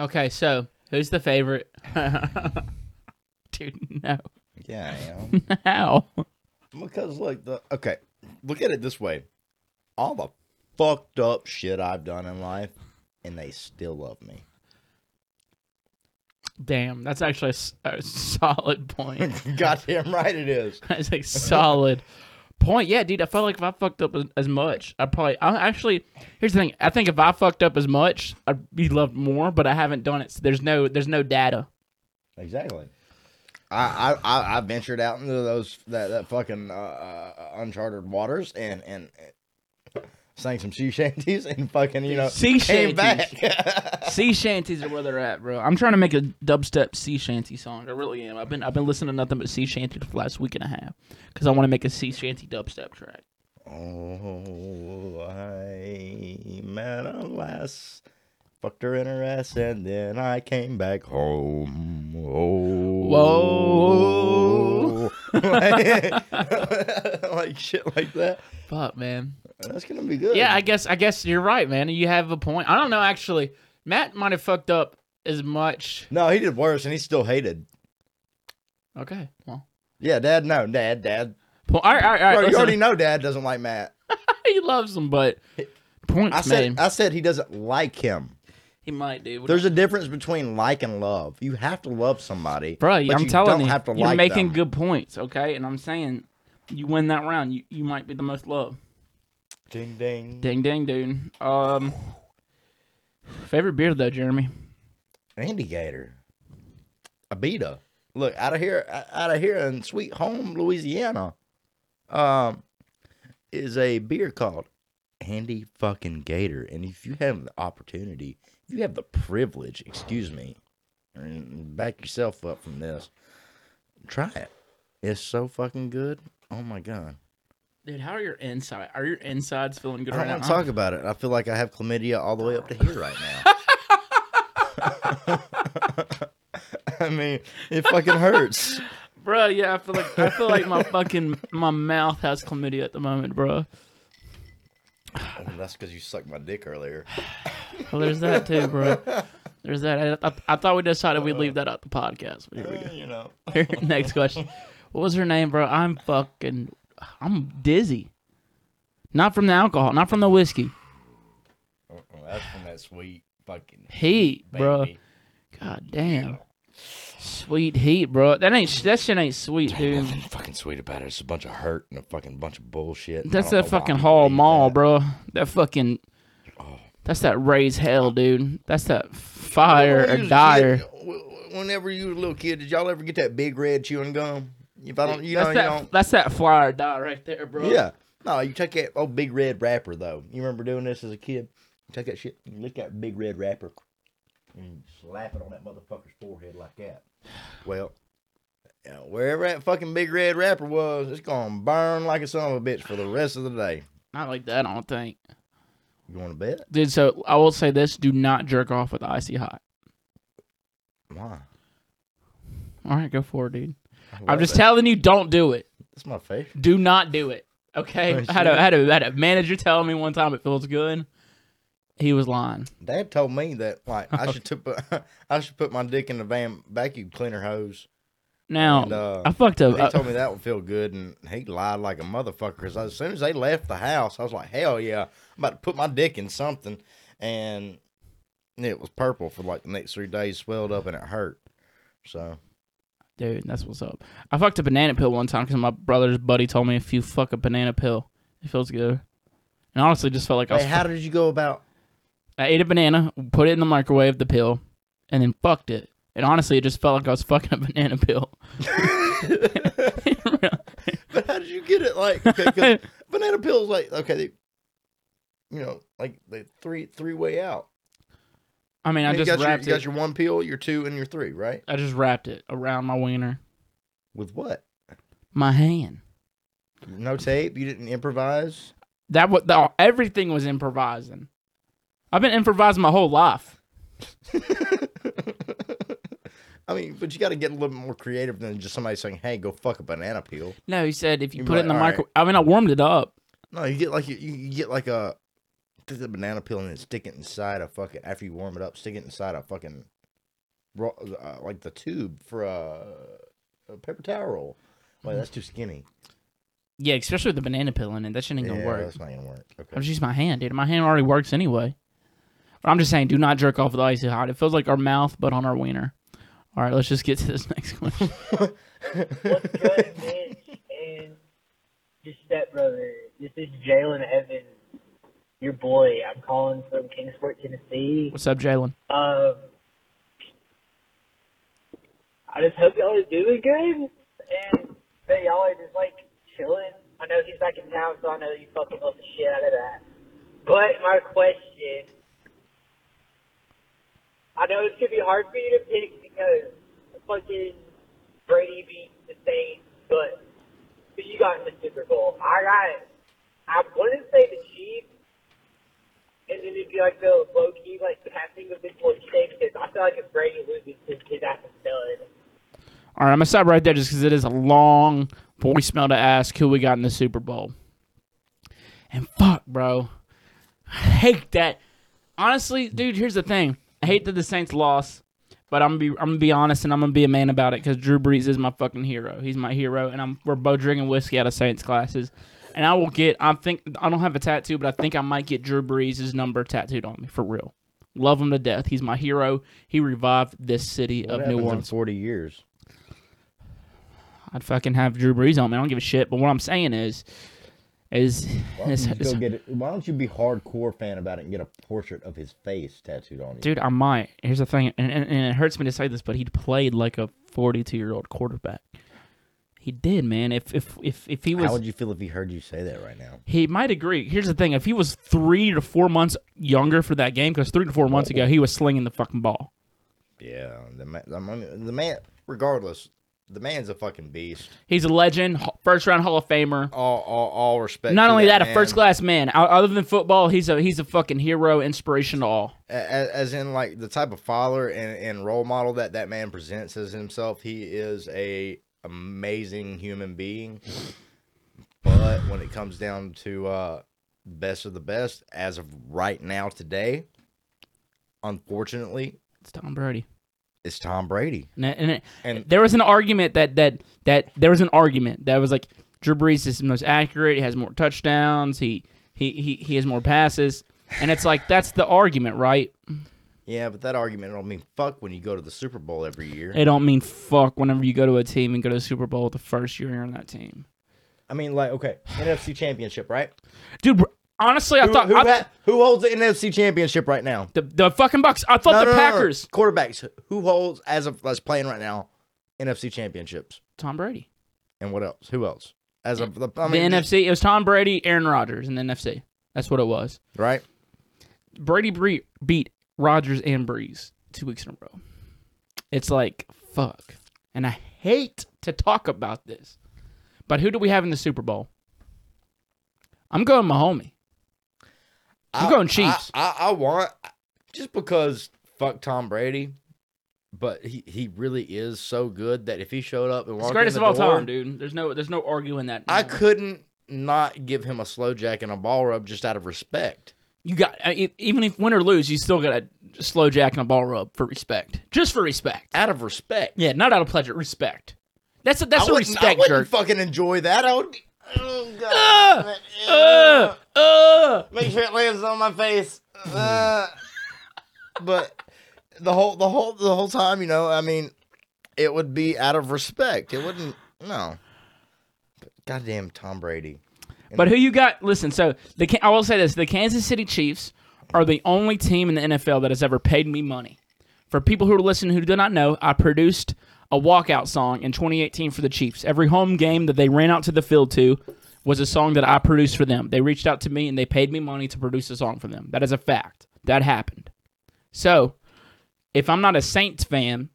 Okay, so who's the favorite? Dude, no.
Yeah, I am.
How?
because like the okay, look at it this way: all the fucked up shit I've done in life, and they still love me.
Damn, that's actually a, s- a solid point.
Goddamn right it is.
That's like solid point. Yeah, dude, I felt like if I fucked up as- as much, I probably. I actually. Here's the thing. I think if I fucked up as much, I'd be loved more. But I haven't done it. So there's no. There's no data.
Exactly. I, I- I I ventured out into those that that fucking uh, uh, uncharted waters and and. and Sang some sea shanties and fucking you know
Sea shanties.
came back.
Sea shanties are where they're at, bro. I'm trying to make a dubstep sea shanty song. I really am. I've been I've been listening to nothing but sea shanty for the last week and a half because I want to make a sea shanty dubstep track.
Oh, I met a lass, fucked her in her ass, and then I came back home. Oh,
Whoa.
like, like shit like that.
Fuck, man.
That's gonna be good.
Yeah, I guess I guess you're right, man. You have a point. I don't know actually. Matt might have fucked up as much.
no, he did worse, and he still hated.
Okay, well.
Yeah, Dad, no, Dad, Dad.
Well, all right, all right, all right.
Bro, you
listen.
already know Dad doesn't like Matt.
he loves him, but points
I said,
made.
I said he doesn't like him.
he might, dude.
There's a difference between like and love. You have to love somebody,
Bro,
but
I'm
you
telling
don't
you,
have to
you're
like
making
them.
good points, okay? And I'm saying, you win that round, you, you might be the most loved.
Ding ding.
Ding, ding, dude. Um, favorite beer though, Jeremy.
Andy Gator. Abita. Look, out of here out of here in sweet home Louisiana. Um is a beer called Andy fucking Gator. And if you have the opportunity, if you have the privilege, excuse me, and back yourself up from this, try it. It's so fucking good. Oh my god.
Dude, how are your inside? Are your insides feeling good
I
right
don't
now?
want to talk about it. I feel like I have chlamydia all the way up to here right now. I mean, it fucking hurts.
bro. Yeah, I feel like I feel like my fucking my mouth has chlamydia at the moment, bro.
Oh, that's because you sucked my dick earlier.
Well, there's that too, bro. There's that. I, I, I thought we decided we'd leave that out the podcast, but here we go.
You know.
Next question. What was her name, bro? I'm fucking, I'm dizzy. Not from the alcohol, not from the whiskey.
Oh, That's from that sweet fucking
Heat, bro. God damn. Sweet heat, bro. That ain't that shit ain't sweet, dude.
Nothing fucking sweet about it. It's a bunch of hurt and a fucking bunch of bullshit.
That's that fucking Hall Mall, bro. That fucking. That's that raise hell, dude. That's that fire or dire.
Whenever you was a little kid, did y'all ever get that big red chewing gum? If I don't, you
that's
know,
that.
you don't.
That's that fly or die right there, bro.
Yeah. No, you take that old big red wrapper though. You remember doing this as a kid? You take that shit, you lick that big red wrapper, and you slap it on that motherfucker's forehead like that. Well, you know, wherever that fucking big red wrapper was, it's gonna burn like a son of a bitch for the rest of the day.
Not like that. I don't think,
You want to bet?
dude. So I will say this: do not jerk off with icy hot.
Why?
All right, go for it, dude. I'm
love
just
it.
telling you, don't do it.
That's my favorite.
Do not do it. Okay.
Oh,
I had a,
shit.
had a had a manager telling me one time it feels good. He was lying.
Dad told me that like I should t- put I should put my dick in the van vacuum cleaner hose.
Now
And, uh,
I fucked
And
up.
he
I-
told me that would feel good, and he lied like a motherfucker. Because as soon as they left the house, I was like, "Hell yeah, I'm about to put my dick in something," and it was purple for like the next three days, swelled up, and it hurt. So
Dude, that's what's up. I fucked a banana pill one time because my brother's buddy told me if you fuck a banana pill, it feels good. And honestly, just felt like I was.
Hey, how did you go about?
I ate a banana, put it in the microwave, the pill, and then fucked it. And honestly, it just felt like I was fucking a banana pill.
But how did you get it? Like okay, 'cause banana pills, like okay, they, you know, like the three three way out.
I mean, I
You
just
got your,
wrapped
you got
it.
your one pill, your two, and your three, right?
I just wrapped it around my wiener,
With what?
my hand.
No tape. You didn't improvise.
That what the, everything was improvising. I've been improvising my whole life.
I mean, but you got to get a little bit more creative than just somebody saying, "Hey, go fuck a banana peel."
No, he said if you
You're
put it in the
like,
microwave. I mean, I warmed it up.
No, you get like you, you get like a take the banana peel and then stick it inside a fucking after you warm it up, stick it inside a fucking raw, uh, like the tube for a, a paper towel roll. Wait, that's too skinny.
Yeah, especially with the banana pill in it. That shit ain't gonna
yeah,
work.
that's not gonna work.
I'm
Okay.
just using my hand, dude. My hand already works anyway. But I'm just saying, do not jerk off with icy hot. It feels like our mouth, but on our wiener. All right, let's just get to this next question.
What's good, Mitch and your stepbrother? This is Jalen Evans, your boy. I'm calling from Kingsport, Tennessee.
What's up, Jalen?
Um, I just hope y'all are doing good and that y'all are just like chilling. I know he's back in town, so I know you fucking love the shit out of that. But my question, I know it's gonna be hard for you to pick because fucking Brady beat the Saints, but who you got in the Super Bowl? I got, I wouldn't say the Chiefs, and then it'd be like the low key like passing of this one thing because I feel like if Brady loses, his, his ass is done.
All right, I'm gonna stop right there just because it is a long voicemail to ask who we got in the Super Bowl. And fuck, bro, I hate that. Honestly, dude, here's the thing. I hate that the Saints lost, but I'm gonna be I'm gonna be honest and I'm gonna be a man about it because Drew Brees is my fucking hero. He's my hero, and I'm we're both drinking whiskey out of Saints glasses. And I will get. I think I don't have a tattoo, but I think I might get Drew Brees' number tattooed on me for real. Love him to death. He's my hero. He revived this city
What
of New
happens
Orleans.
in forty years?
I'd fucking have Drew Brees on me. I don't give a shit. But what I'm saying is, is,
Why don't,
is-
you
is-
go get it? Why don't you be hardcore fan about it and get a portrait of his face tattooed on you?
dude, I might. Here's the thing, and, and, and it hurts me to say this, but he played like a 42 year old quarterback. He did, man. If if if if he was,
How would you feel if he heard you say that right now?
he might agree. Here's the thing: if he was three to four months younger for that game, because three to four months
Oh.
ago he was slinging the fucking ball.
Yeah, the man, the man, the man regardless, the man's a fucking beast.
He's a legend, ho- first round Hall of Famer.
All, all, all respect.
Not
to
only that, a
Oh, man.
first class man. O- Other than football, he's a he's a fucking hero, inspiration to all.
A- a- as in like the type of father and, and role model that that man presents as himself he is a amazing human being but when it comes down to uh best of the best as of right now today unfortunately
It's Tom Brady.
it's tom brady
And, it- and, it,
And-
there was an argument that that that there was an argument that was like Drew Brees is the most accurate. He has more touchdowns. He he he, he has more passes. And it's like that's the argument, right?
yeah but that argument don't mean fuck when you go to the super bowl every year
It don't mean fuck whenever you go to a team and go to the Super Bowl the first year you're on that team,
i mean like okay nfc championship right
dude. br- Honestly, I
who,
thought
who,
I-
ha- who holds the nfc championship right now
the the fucking Bucks. I thought
No,
the
no, no, no, no.
Packers.
Quarterbacks. Who holds as of that's playing right now? NFC championships.
Tom Brady.
And what else? Who else? As of the,
The
I mean, just-
NFC. It was Tom Brady, Aaron Rodgers, and the NFC. That's what it was.
right?
Brady bre- beat Rodgers and Breeze two weeks in a row. It's like fuck, and I hate to talk about this, but who do we have in the Super Bowl? I'm going Mahomie. I'm
I-
going Chiefs.
I, I, I want just because fuck Tom Brady. but he, he really is so good that if he showed up and walked
It's
in
greatest
the
of all
door,
time, dude. There's no there's no arguing that.
I couldn't not give him a slow jack and a ball rub just out of respect.
you got I- e- even if win or lose, you still got to slow jack and a ball rub for respect, just for respect.
Out of respect.
Yeah, not out of pleasure, respect. That's a,
I
that's a
wouldn't, I
respect
wouldn't
jerk.
fucking enjoy that. I would. be- Oh god.
Ah!
Uh,
Uh, uh.
Make sure it lands on my face. Uh, but the whole the whole the whole time, you know, I mean, it would be out of respect. It wouldn't. No. Goddamn Tom Brady.
But who you got? Listen, so the Ka- I will say this: the Kansas City Chiefs are the only team in the NFL that has ever paid me money. For people who are listening who do not know, I produced a walkout song in 2018 for the Chiefs. Every home game that they ran out to the field to was a song that I produced for them. They reached out to me and they paid me money to produce a song for them. That is a fact. That happened. So, if I'm not a Saints fan,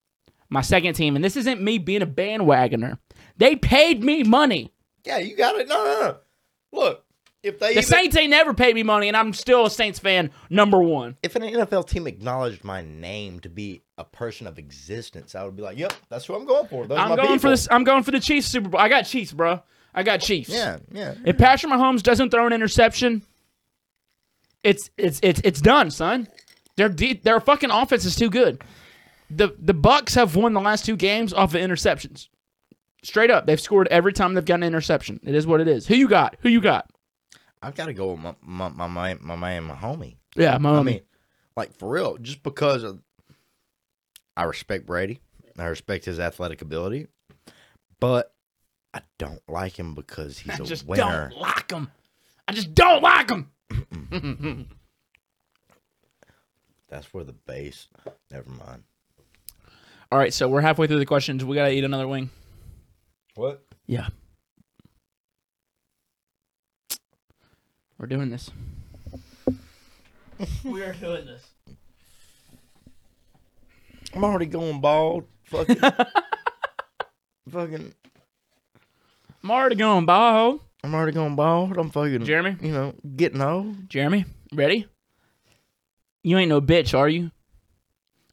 my second team, and this isn't me being a bandwagoner, they paid me money.
Yeah, you got it. No, no, no. Look, if they
The
even,
Saints ain't never paid me money, and I'm still a Saints fan number one.
if an NFL team acknowledged my name to be a person of existence, I would be like, "Yep, that's who I'm going for." Those are
I'm
my
going for
people."
this. I'm going for the Chiefs Super Bowl. I got Chiefs, bro. I got Chiefs.
Yeah, yeah.
If Patrick Mahomes doesn't throw an interception, it's it's it's it's done, son. Their de- their fucking offense is too good. The the Bucks have won the last two games off of interceptions. Straight up, they've scored every time they've gotten an interception. It is what it is. Who you got? Who you got?
I've got to go with my my my my my, man, my homie.
Yeah, my
I mean, like for real, just because of, I respect Brady, I respect his athletic ability, but I don't like him because he's
I
a
just
winner.
don't like him. I just don't like him.
That's where the base. Never mind.
All right, so we're halfway through the questions. We gotta eat another wing.
What?
Yeah. We're doing this. we are doing this.
I'm already going bald. Fucking. fucking.
I'm already going, Bajo.
I'm already going bald. I'm fucking.
Jeremy?
You know, getting old.
Jeremy, ready? You ain't no bitch, are you?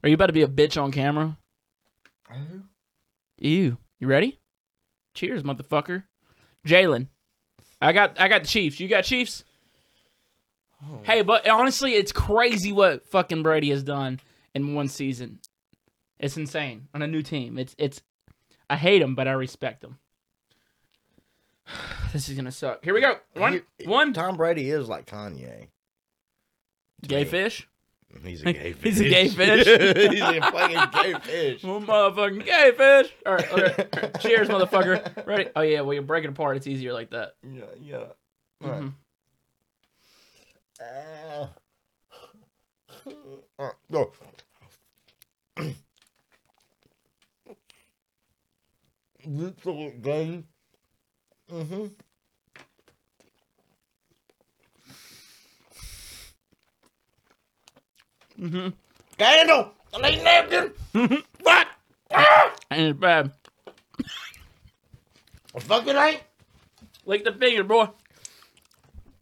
Are you about to be a bitch on camera? Ew. You ready? Cheers, motherfucker. Jalen, I got I got the Chiefs. You got Chiefs? Hey, but honestly, it's crazy what fucking Brady has done in one season. It's insane on a new team. It's it's. I hate him, but I respect him. This is gonna suck. Here we go. One,
He-
one.
Tom Brady is like Kanye.
Gay fish.
He's a gay fish.
He's a gay fish.
he's a fucking gay fish.
Well, motherfucking gay fish. All right, okay. Cheers, motherfucker. Ready? Oh yeah. Well, you break it apart. It's easier like that.
Yeah, yeah.
Mhm.
Uh, uh, no. Little gun. Mm-hmm.
Mhm.
Candle! I need napkin! what?
And it's bad.
I fucking ain't.
Lick the finger, boy.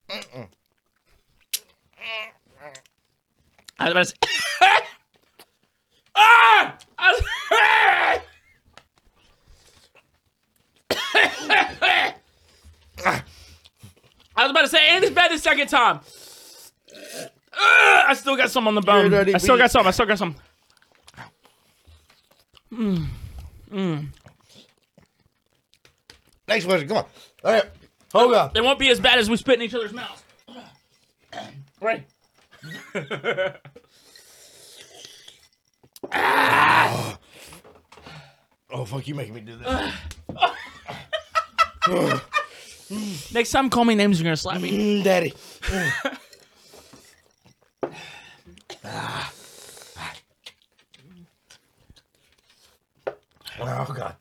I was about to say. ah! I was- I was about to say, and it's bad the second time. Ah, I still got some on the bone.
Yeah, daddy,
I still
we-
got some. I still got some.
Next question, come on. All right. Hold on.
They won't be as bad as we spit in each other's mouths. Right.
Oh, fuck, you making me do this.
Next time, call me names. You're gonna slap me.
Mm, Daddy. oh God.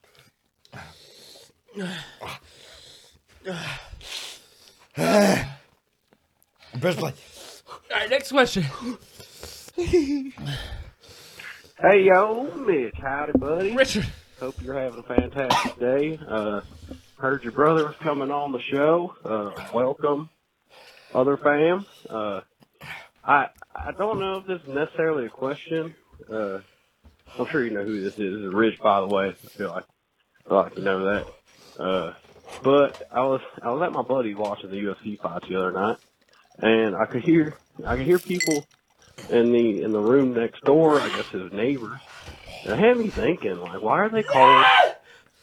Best play.
All right, next question.
Hey, yo, Mitch. Howdy, buddy.
Richard.
Hope you're having a fantastic day. Uh, heard your brother was coming on the show. Uh, welcome, other fam. Uh, I I don't know if this is necessarily a question, uh, I'm sure you know who this is. This is Rich, by the way. I feel like I feel like you know that. Uh, but I was I was at my buddy watching the UFC fights the other night, and I could hear I could hear people in the in the room next door. I guess his neighbors. And it had me thinking, like, why are they called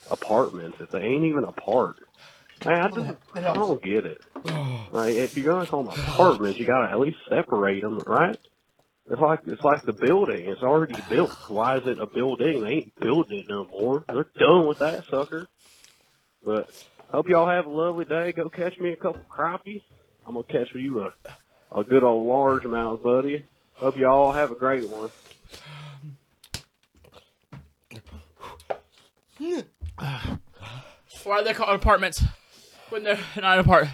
apartments if they ain't even apart? Like, I just I don't get it. Like, if you're gonna call them apartments, you gotta at least separate them, right? It's like it's like the building. It's already built. Why is it a building? They ain't building it no more. They're done with that sucker. But hope y'all have a lovely day. Go catch me a couple crappies. I'm gonna catch you a a good old large amount, buddy. Hope y'all have a great one.
Why are they called apartments when they're not apart?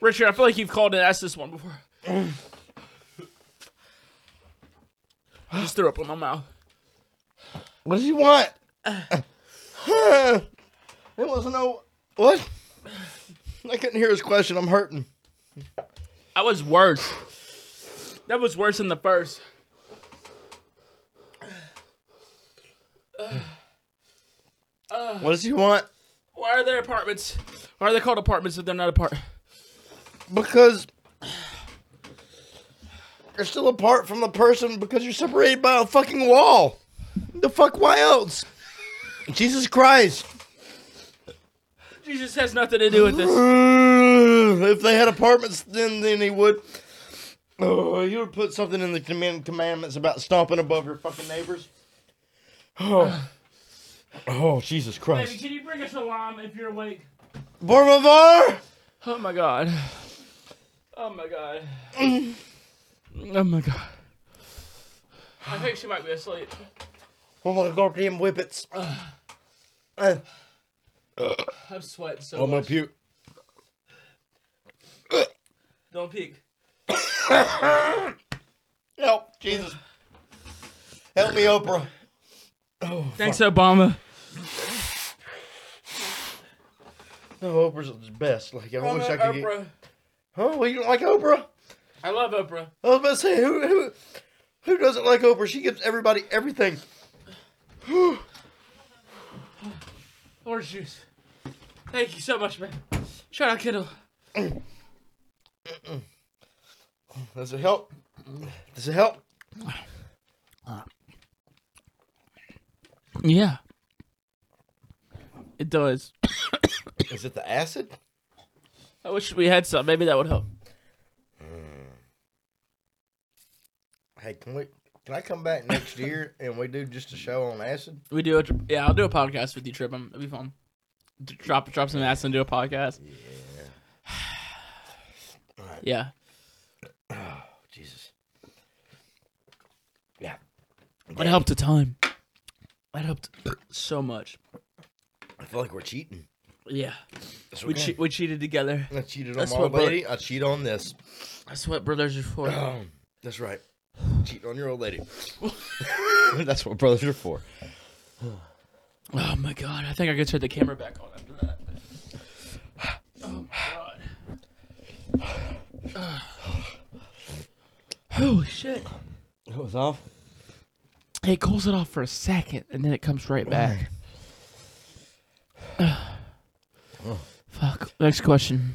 Richard, I feel like you've called and asked this one before. I just threw up in my mouth.
What did you want? it wasn't no what. I couldn't hear his question. I'm hurting.
That was worse. That was worse than the first.
What does he want?
Why are there apartments? Why are they called apartments if they're not apart?
Because you're still apart from the person because you're separated by a fucking wall. The fuck? Why else? Jesus Christ!
Jesus has nothing to do with this.
if they had apartments, then then he would. Oh, you would put something in the command commandments about stomping above your fucking neighbors. Oh, oh, Jesus Christ!
can you bring us a lime if you're awake?
Por favor!
Oh my god. Oh my god. oh my god. I think she might be asleep.
Oh my goddamn whippets! Uh,
I'm sweating so
oh my
much.
puke.
Don't peek.
Help, Jesus! Help me, Oprah.
Thanks, Obama.
No, Oprah's the best. Like I wish I could get.
Oprah.
Oh, well, you don't like Oprah?
I love Oprah.
I was about to say who who who doesn't like Oprah? She gives everybody everything.
Orange juice. Thank you so much, man. Shout out, Kittle.
Does it help? Does it help?
Yeah. It does.
Is it the acid?
I wish we had some. Maybe that would help.
Hey, can we? Can I come back next year and we do just a show on acid?
We do a tr- yeah. I'll do a podcast with you, Trip. Um, It'll be fun. D- Drop drop some ass and do a podcast. Yeah. yeah.
Oh, Jesus. Yeah.
That helped a ton. That helped so much.
I feel like we're cheating.
Yeah.
It's
We
okay.
che- we cheated together.
I cheated on
That's
my
what
old
bro-
lady. I cheat on this.
That's what brothers are for.
That's right. Cheat on your old lady. That's what brothers are for.
Oh my god, I think I could turn the camera back on after that. Oh my god. Holy shit.
It was off.
It cools it off for a second and then it comes right back. Fuck. Next question.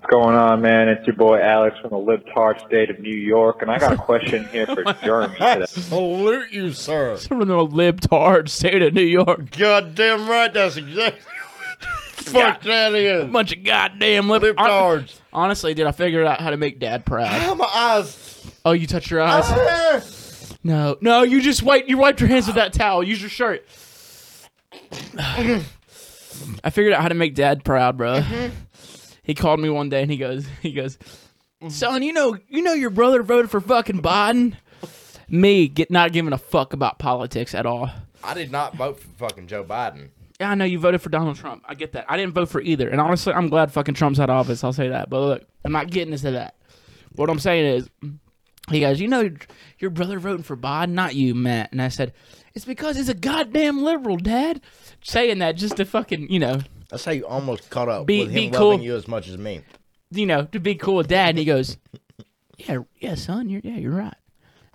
What's going on, man? It's your boy Alex from the libtard state of New York, and I got a question here for Jeremy today.
Salute you, sir.
From the libtard state of New York.
God damn right, that's exactly. Fuck that is.
Bunch of goddamn lip
Libtards.
Honestly, dude, I figured out how to make dad proud.
Ah, my eyes.
Oh, you touch your eyes?
Ah.
No, no, you just wiped. You wiped your hands with that towel. Use your shirt. I figured out how to make Dad proud, bro. He called me one day and he goes, he goes, son, you know, you know, your brother voted for fucking Biden. Me get not giving a fuck about politics at all.
I did not vote for fucking Joe Biden.
Yeah, I know you voted for Donald Trump. I get that. I didn't vote for either. And honestly, I'm glad fucking Trump's out of office. I'll say that. But look, I'm not getting into that. What I'm saying is, he goes, you know, your brother voting for Biden, not you, Matt. And I said, it's because he's a goddamn liberal, Dad. Saying that just to fucking, you know,
That's how you almost caught up
Be-
with him
be
loving
cool.
you as much as me.
you know, to be cool with Dad. And he goes, yeah, yeah, son, you're, yeah, you're right.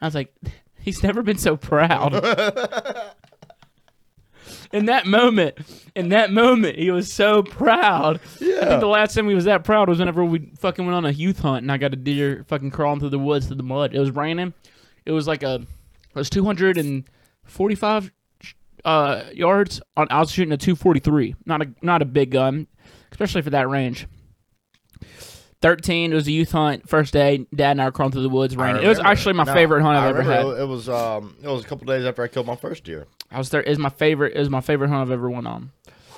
I was like, He's never been so proud. in that moment, in that moment, he was so proud. I
Yeah.
think the last time he was that proud was whenever we fucking went on a youth hunt and I got a deer fucking crawling through the woods through the mud. It was raining. It was like a, it was 245 uh, yards on. I was shooting a 243. Not a not a big gun, especially for that range. 13. It was a youth hunt. First day, Dad and I were crawling through the woods.
I
Raining. It was
remember.
actually my
No,
favorite hunt I've
I
ever had.
remember It was um, it was a couple days after I killed my first deer.
I was there. Is my favorite. Is my favorite hunt I've ever went on.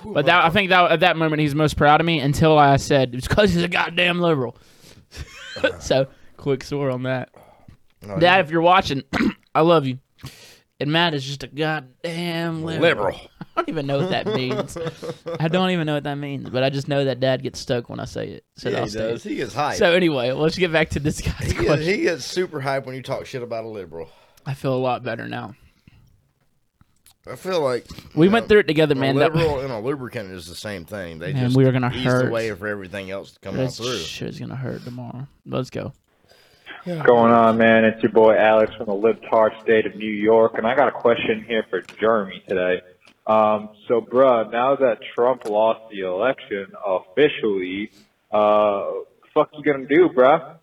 But that I think that at that moment he's most proud of me until I said it's because he's a goddamn liberal.
Uh-huh.
so quick sore on that.
Oh, No,
Dad, if you're watching, I love you. And Matt is just a goddamn liberal.
liberal.
I don't even know what that means. I don't even know what that means, but I just know that Dad gets stoked when I say it. So
Yeah,
I'll
he
say
does.
it.
He gets hype.
So anyway, let's get back to this
he,
guy's
gets,
question.
he gets super hype when you talk shit about a liberal.
I feel a lot better now.
I feel like
We
you
went
know,
through it together,
a
man. That-
liberal and a lubricant is the same thing. They
Man,
just
we are gonna
ease
hurt.
the way for everything else to come on
This
through.
shit's gonna hurt tomorrow. Let's go.
What's going on, man? It's your boy Alex from the libtard state of New York, and I got a question here for Jeremy today. Um, so, bruh, now that Trump lost the election officially, uh, fuck you gonna do, bruh?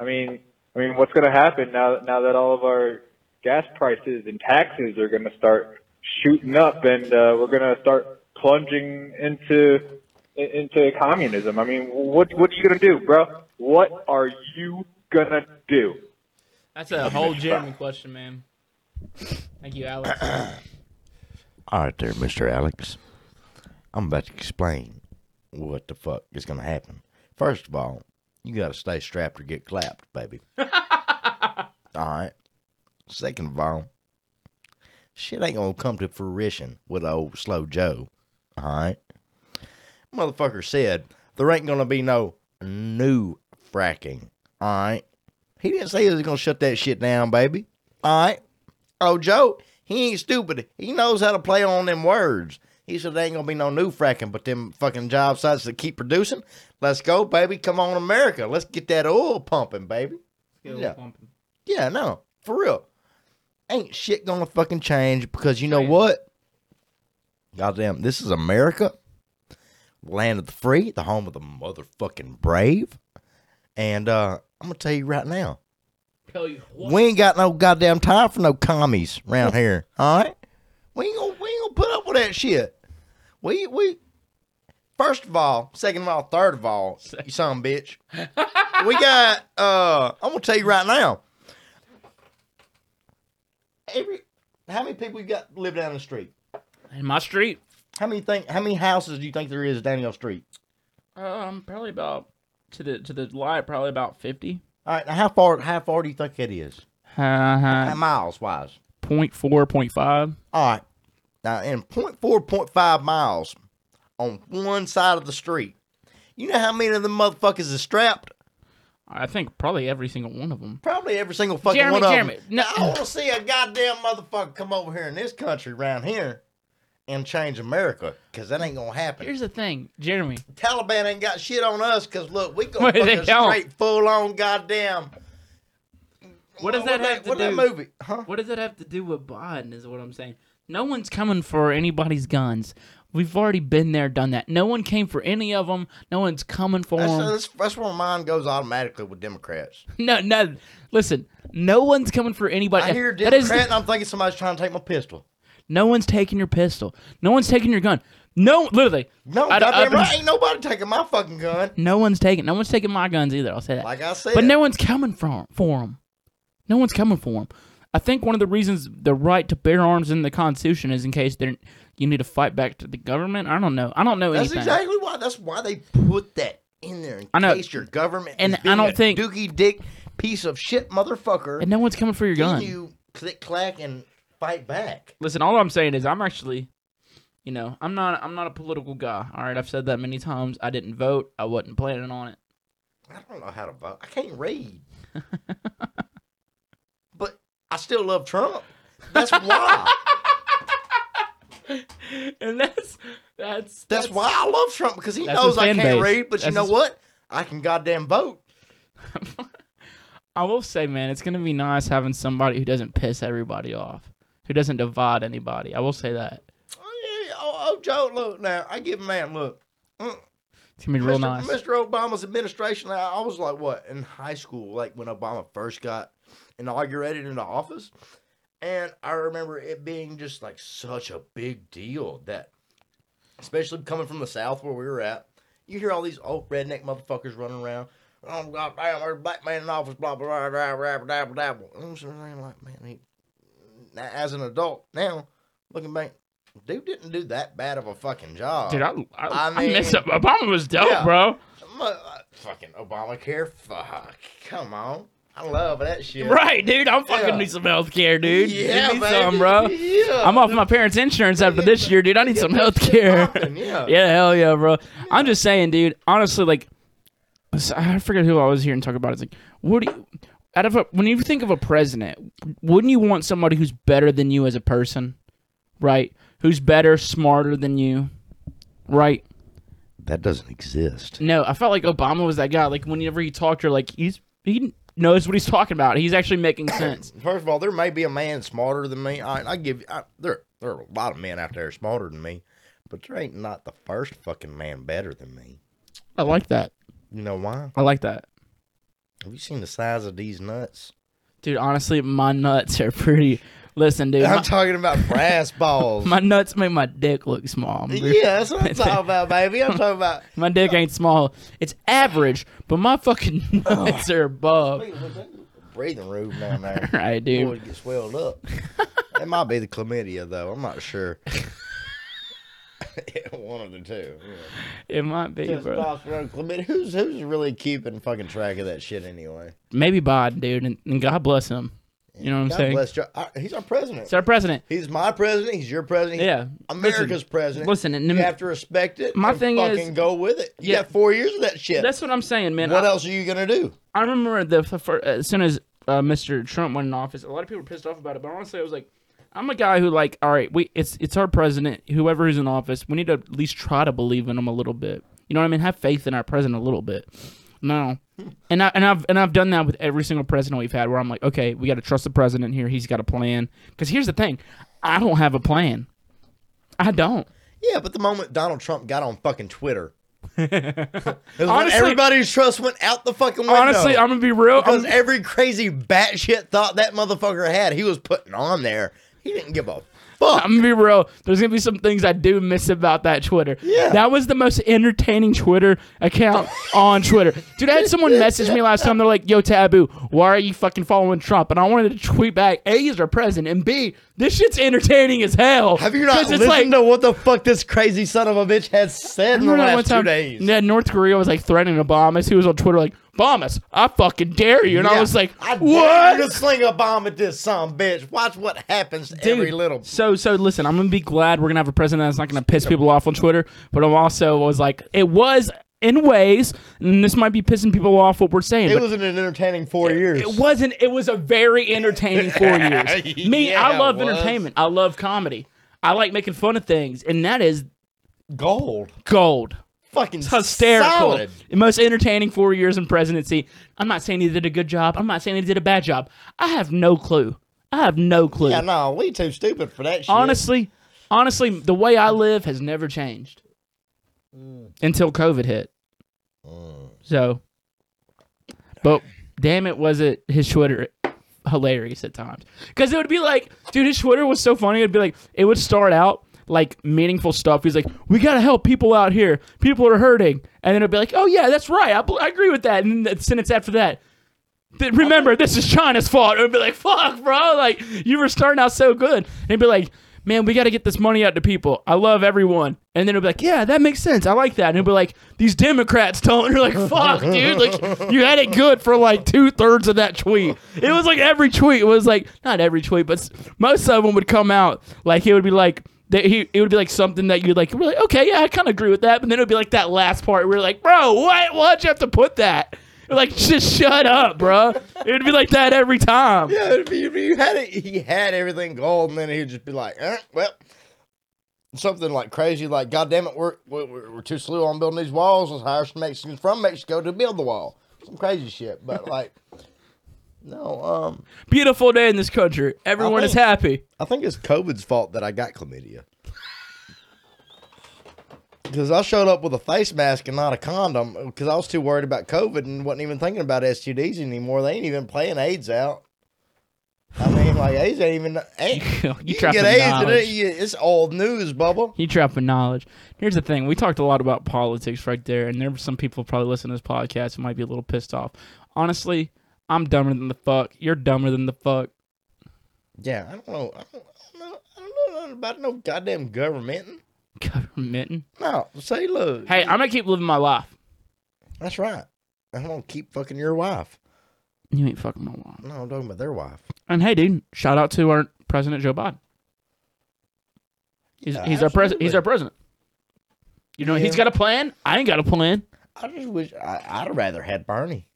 I mean, I mean, what's gonna happen now? Now that all of our gas prices and taxes are gonna start shooting up, and uh, we're gonna start plunging into in- into communism. I mean, what what you gonna do, bro? What are you gonna do?
That's a whole Jeremy question, man. Thank you, Alex.
All right, there, Mr. Alex. I'm about to explain what the fuck is going to happen. First of all, you got to stay strapped or get clapped, baby. all right. Second of all, shit ain't going to come to fruition with old Slow Joe. All right. Motherfucker said there ain't going to be no new fracking. All right. He didn't say he was going to shut that shit down, baby. All right. Oh, Joe, he ain't stupid. He knows how to play on them words. He said there ain't gonna be no new fracking, but them fucking job sites that keep producing. Let's go, baby. Come on, America. Let's get that oil pumping, baby. Yeah. Yeah, no, for real. Ain't shit gonna fucking change because you know what? Goddamn, this is America, land of the free, the home of the motherfucking brave. And uh, I'm gonna tell you right now,
Tell you what.
we ain't got no goddamn time for no commies around here. All right, we ain't gonna we ain't gonna put up with that shit. We we first of all, second of all, third of all, you son of a bitch. we got. uh I'm gonna tell you right now. Every how many people you got live down the street?
In my street,
How many think? How many houses do you think there is down your street?
um, probably about to the to the light, probably about fifty.
All right, now how far? How far do you think it is? How
Uh,
miles wise?
point four, point five.
All right. Now, in 0.4, 0.5 miles on one side of the street, you know how many of them motherfuckers is strapped?
I think probably every single one of them.
Probably every single fucking
Jeremy,
one of
Jeremy,
them.
no-
Now, I want to see a goddamn motherfucker come over here in this country, around here, and change America, because that ain't going to happen.
Here's the thing, Jeremy.
Taliban ain't got shit on us, because look, we go
Wait, they
fucking
don't.
straight full on goddamn.
What does that have to
what
do-
That movie? Huh?
What does that have to do with Biden? Is what I'm saying. No one's coming for anybody's guns. We've already been there, done that. No one came for any of them. No one's coming for
That's,
them.
that's, that's where mine goes automatically with Democrats.
No, no. Listen, no one's coming for anybody.
I hear
That is-
Democrat, and I'm thinking somebody's trying to take my pistol.
no one's taking your pistol. No one's taking your gun. No, literally.
No,
I-
goddamn
I-
right. Ain't nobody taking my fucking gun.
No one's taking. No one's taking my guns either. I'll say that.
Like I said.
but no one's coming for for them. No one's coming for them. I think one of the reasons the right to bear arms in the Constitution is in case they you need to fight back to the government. I don't know. I don't know
That's
anything.
exactly why. That's why they put that in there in
I know.
case your government
And
is
I
being
don't
a
think-
doogie dick piece of shit motherfucker.
and no one's coming for your
then
gun.
you click clack and fight back.
Listen, all I'm saying is I'm actually, you know, I'm not I'm not a political guy. All right, I've said that many times. I didn't vote. I wasn't planning on it.
I don't know how to vote. I can't read. but I still love Trump. That's why.
and that's that's
That's why I love Trump because he
That's his
knows I
fan
can't
base.
read. But you
That's
know
his-
what? I can goddamn vote.
I will say, man, it's gonna be nice having somebody who doesn't piss everybody off, who doesn't divide anybody. I will say that
Oh, yeah, oh, oh, Joe, look now. I give man, look. Mm,
it's gonna be real
Mr.
nice.
Mr. Obama's administration. I, I was like, what in high school, like when Obama first got inaugurated into office, and I remember it being just like such a big deal that, especially coming from the South where we were at, you hear all these old redneck motherfuckers running around. Oh goddamn, there's a black man in office. Blah blah blah blah blah blah blah. blah. And I'm sitting there like, man, he, now, as an adult now, looking back, dude didn't do that bad of a fucking job.
Dude, I, I, I,
I mean-
miss it. Obama was dope,
Yeah.
bro.
Mo- uh, fucking Obamacare. Fuck. Come on. I love that shit.
Right, dude. I'm fucking
Yeah.
need some health care, dude.
Yeah,
Give me
baby.
some, bro.
Yeah.
I'm off my parents' insurance after
Yeah.
this year, dude. I need some
that
health
shit
care.
poppin', yeah.
yeah, hell yeah, bro. I'm just saying, dude. Honestly, like, s- I forget who I was here and talk about. it. It's like, what do you, out of a, when you think of a president, wouldn't you want somebody who's better than you as a person, right? Who's better, smarter than you, right?
That doesn't exist.
No, I felt like Obama was that guy. Like whenever he talked, you're like, he's he knows what he's talking about. He's actually making sense.
First of all, there may be a man smarter than me. I, I give you, I, there, there are a lot of men out there smarter than me, but there ain't not the first fucking man better than me.
I like that.
You know why?
I like that.
Have you seen the size of these nuts?
Dude, honestly, my nuts are pretty. Listen, dude,
I'm
my,
talking about brass balls.
my nuts make my dick look small.
yeah, that's what I'm talking about, baby. I'm talking about.
My dick ain't small. It's average, but my fucking nuts are above.
Breathing room down there.
Right,
Boy,
dude.
it gets swelled up. it might be the chlamydia, though. I'm not sure. One of the two. yeah.
It might be, bro.
Testosterone, chlamydia. Who's who's really keeping fucking track of that shit anyway?
Maybe Biden, dude, and, and God bless him. You know what I'm
God
saying?
bless Joe. I- He's our president.
It's our president.
He's my president. He's your president. he's
Yeah.
America's president.
listen, and-
you have to respect it.
My
and
thing is-
fucking go with it. You
Yeah.
got four years of that shit.
That's what I'm saying, man.
what
I-
else are you gonna do?
I remember the f- fir- as soon as uh, Mr. Trump went in office, a lot of people were pissed off about it. But honestly, I was like, I'm a guy who like, all right, we it's it's our president, whoever is in office, we need to at least try to believe in him a little bit. You know what I mean? Have faith in our president a little bit. No, and I and I've and I've done that with every single president we've had, where I'm like, okay, we got to trust the president here. He's got a plan. Because here's the thing, I don't have a plan. I don't.
Yeah, but the moment Donald Trump got on fucking Twitter, it was when
Honestly-
everybody's trust went out the fucking window.
Honestly, I'm gonna be real. I'm-
Because every crazy batshit thought that motherfucker had, he was putting on there. He didn't give a fuck.
I'm gonna be real. There's gonna be some things I do miss about that Twitter.
Yeah.
That was the most entertaining Twitter account on Twitter. Dude, I had someone message me last time. They're like, "Yo, Taboo, why are you fucking following Trump?" And I wanted to tweet back, "A is our president, and B, this shit's entertaining as hell."
Have you not
'Cause it's
listened
like-
to what the fuck this crazy son of a bitch has said in the
Remember that
last two
one time?
days?
Yeah, North Korea was like threatening to bomb us. He was on Twitter like, "Bomb us! I fucking dare you!" And I
Yeah.
was like,
I dare
"What?"
you to sling a bomb at this son of a bitch. Watch what happens to
Dude,
every little.
So so listen, I'm gonna be glad we're gonna have a president that's not gonna piss people off on Twitter, but I'm also was like it was in ways, and this might be pissing people off what we're saying.
It
but
was an entertaining four years.
it wasn't. It was a very entertaining four years. Me, I
Yeah,
love
it was.
entertainment. I love comedy. I like making fun of things, and that is
gold.
gold.
Fucking
It's hysterical.
solid.
The most entertaining four years in presidency. I'm not saying he did a good job. I'm not saying he did a bad job. I have no clue. I have no clue.
Yeah, no, we too stupid for that shit.
honestly, honestly, the way I live has never changed
Mm.
until COVID hit. So, but damn it, was it his Twitter hilarious at times? Because it would be like, dude, his Twitter was so funny. It'd be like, it would start out like meaningful stuff. He's like, we gotta help people out here. People are hurting, and then it'd be like, oh yeah, that's right. I, bel- I agree with that. And then the sentence after that. Th- remember, this is China's fault. It would be like, fuck, bro. Like, you were starting out so good. And it'd be like, man, we got to get this money out to people. I love everyone. And then it'd be like, yeah, that makes sense. I like that. And it'd be like, these Democrats don't. And you're like, fuck, dude. Like, you had it good for like two thirds of that tweet. It was like every tweet was like, not every tweet, but s- most of them would come out. Like, it would be like, that he, it would be like something that you'd like, really, okay, yeah, I kind of agree with that. But then it would be like that last part where you're like, bro, what? Why'd you have to put that? Like, just shut up, bro. It'd be like that every time.
Yeah, if you, if you had it, he had everything gold, and then he'd just be like, eh, "Well, something like crazy, like God damn it, we're we're, we're too slow on building these walls. Let's hire some Mexicans from Mexico to build the wall. Some crazy shit." But like, No, um,
Beautiful day in this country. Everyone is
think-
happy.
I think it's COVID's fault that I got chlamydia. Because I showed up with a face mask and not a condom because I was too worried about COVID and wasn't even thinking about STDs anymore. They ain't even playing AIDS out. I mean, like AIDS ain't even. Ain't,
You
you, can
trapping
get AIDS, and
knowledge.
it, you- it's old news, Bubba.
He dropping knowledge. Here's the thing: we talked a lot about politics right there, and there were some people probably listening to this podcast who might be a little pissed off. Honestly, I'm dumber than the fuck. You're dumber than the fuck.
Yeah, I don't know. I don't, I don't know. I don't know nothing about no goddamn government.
Government.
No, say look.
Hey, I'm gonna keep living my life.
that's right. I'm gonna keep fucking your wife.
You ain't fucking my wife.
No, I'm talking about their wife.
And hey, dude, shout out to our president Joe Biden. He's,
Yeah,
he's our president. He's
absolutely.
our president. You know, he's
Yeah.
got a plan. I ain't got a plan,
I just wish I, I'd rather had Bernie.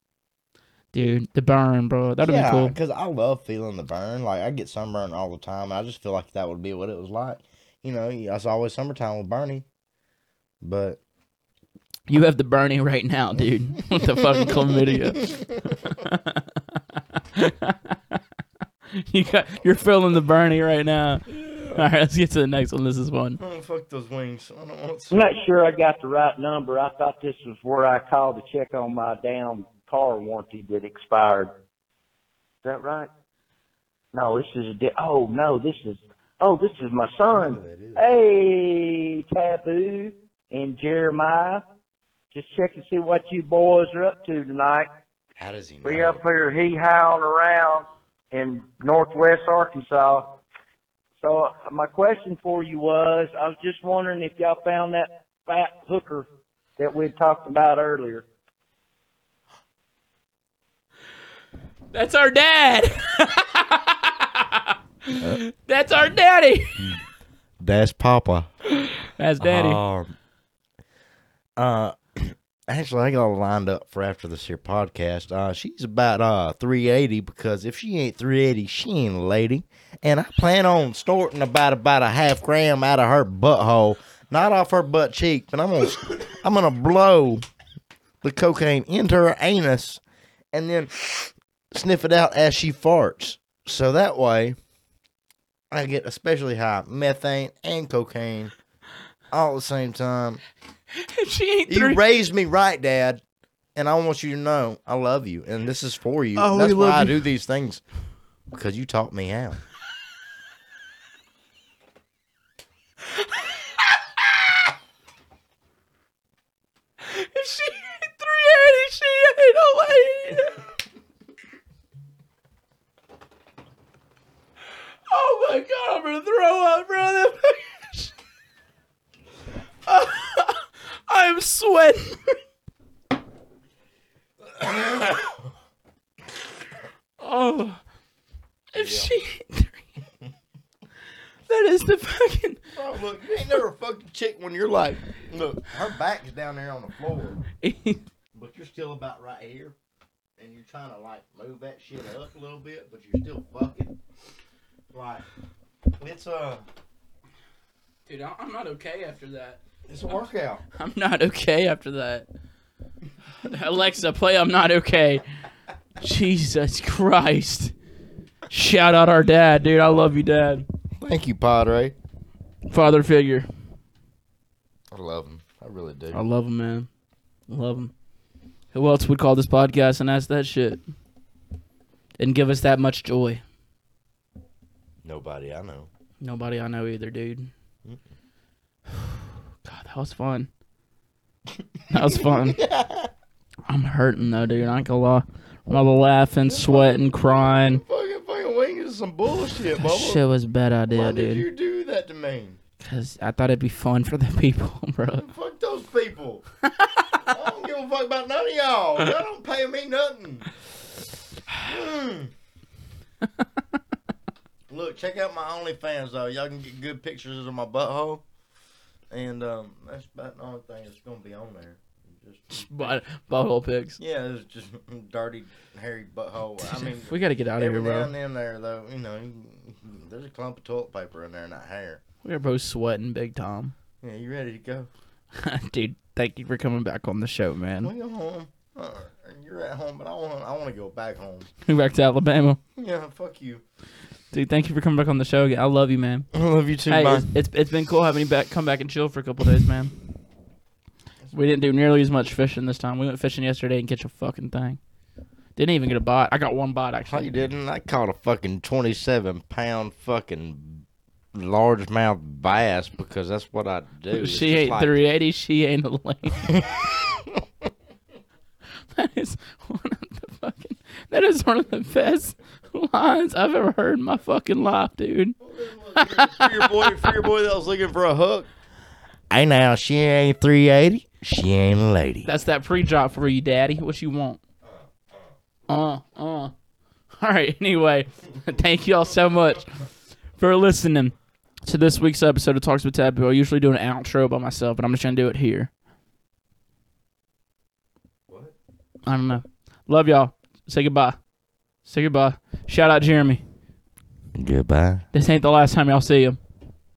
dude. The burn, bro. That'd
yeah,
be cool.
because I love feeling the burn. Like I get sunburned all the time, and I just feel like that would be what it was like. You know, it's always summertime with Bernie. But
You have the Bernie right now, dude, with the fucking chlamydia. you got you're feeling the Bernie right now. All right, let's get to the next one. This is one.
oh, fuck those wings. I don't want
I'm not sure I got the right number. I thought this was where I called to check on my damn car warranty that expired. Is that right? No, this is a di- oh no, this is oh this is my son. Hey, Taboo and Jeremiah, just check and see what you boys are up to tonight.
How does he know?
We up here hee howling around in northwest Arkansas. So my question for you was, I was just wondering if y'all found that fat hooker that we had talked about earlier.
That's our dad. That's our daddy.
That's Papa.
That's daddy.
Um, uh, actually, I got her lined up for after this here podcast. Uh, she's about uh 380 because if she ain't 380, she ain't a lady. And I plan on snorting about about a half gram out of her butthole, not off her butt cheek, but I'm gonna I'm gonna blow the cocaine into her anus and then sniff it out as she farts. So that way, I get especially high methane and cocaine all at the same time.
she ain't
You
three.
raised me right, Dad, and I want you to know I love you, and this is for you.
Oh, we
That's why
love
I
you.
do these things because you taught me how.
she ain't three eighty. She ain't a lady. Oh my god, I'm gonna throw up, bro. That fucking- I'm sweating. oh, if she that is the fucking.
Oh, look, you ain't never fucked a chick when you're like, look, her back's down there on the floor, but you're still about right here, and you're trying to like move that shit up a little bit, but you're still fucking. Like, it's a
Dude, I- I'm not okay after that.
it's a workout.
I'm not okay after that. Alexa, play I'm Not Okay. Jesus Christ. Shout out our dad, dude. I love you, dad.
Thank you, Padre.
Father figure.
I love him. I really do.
I love him, man. Love him. Who else would call this podcast and ask that shit? And give us that much joy.
Nobody I know.
Nobody I know either, dude.
Mm.
God, that was fun. That was fun. I'm hurting though, dude. I ain't gonna lie. I'm all laughing, sweating, crying.
Fucking fucking wing is some bullshit,
That
Bubba.
shit was a bad
Why
idea,
did
dude.
you do that to me?
Because I thought it'd be fun for the people, bro.
Fuck those people. I don't give a fuck about none of y'all. Y'all don't pay me nothing. Mm. Look, check out my OnlyFans though. Y'all can get good pictures of my butthole. And um, that's about the only thing that's gonna be on there. Just
But butthole pics.
yeah, it's just dirty, hairy butthole. I mean,
We gotta get out of here,
every now
bro.
and then there though, you know, you- there's a clump of toilet paper in there, not hair.
We are both sweating big time.
Yeah, you ready to go?
Mm-hmm.
dude, thank you for coming back on the show, man.
We go home. Uh, you're at home, but I want I want to go back home.
Move back to Alabama.
Yeah, fuck you.
Dude, thank you for coming back on the show again. I love you, man.
I love you too,
hey,
man.
it's, it's it's been cool having you back. Come back and chill for a couple days, man. We didn't do nearly as much fishing this time. We went fishing yesterday and catch a fucking thing. Didn't even get a bite. I got one bite
How
actually.
you didn't? I caught a fucking twenty-seven pound fucking largemouth bass because that's what I do. It's
she
just
ain't
like-
380. She ain't a lane. that is one of the fucking. That is one of the best lines I've ever heard in my fucking life, dude.
For your boy, for your boy that was looking for a hook.
Hey now, she ain't three eighty. She ain't a lady.
That's that pre-drop for you, Daddy. What you want? Uh, uh. All right. Anyway, thank y'all so much for listening to this week's episode of Talks with Taboo. I usually do an outro by myself, but I'm just gonna do it here. What? I don't know. Love y'all. Say goodbye. Say goodbye. Shout out Jeremy.
Goodbye.
This ain't the last time y'all see him.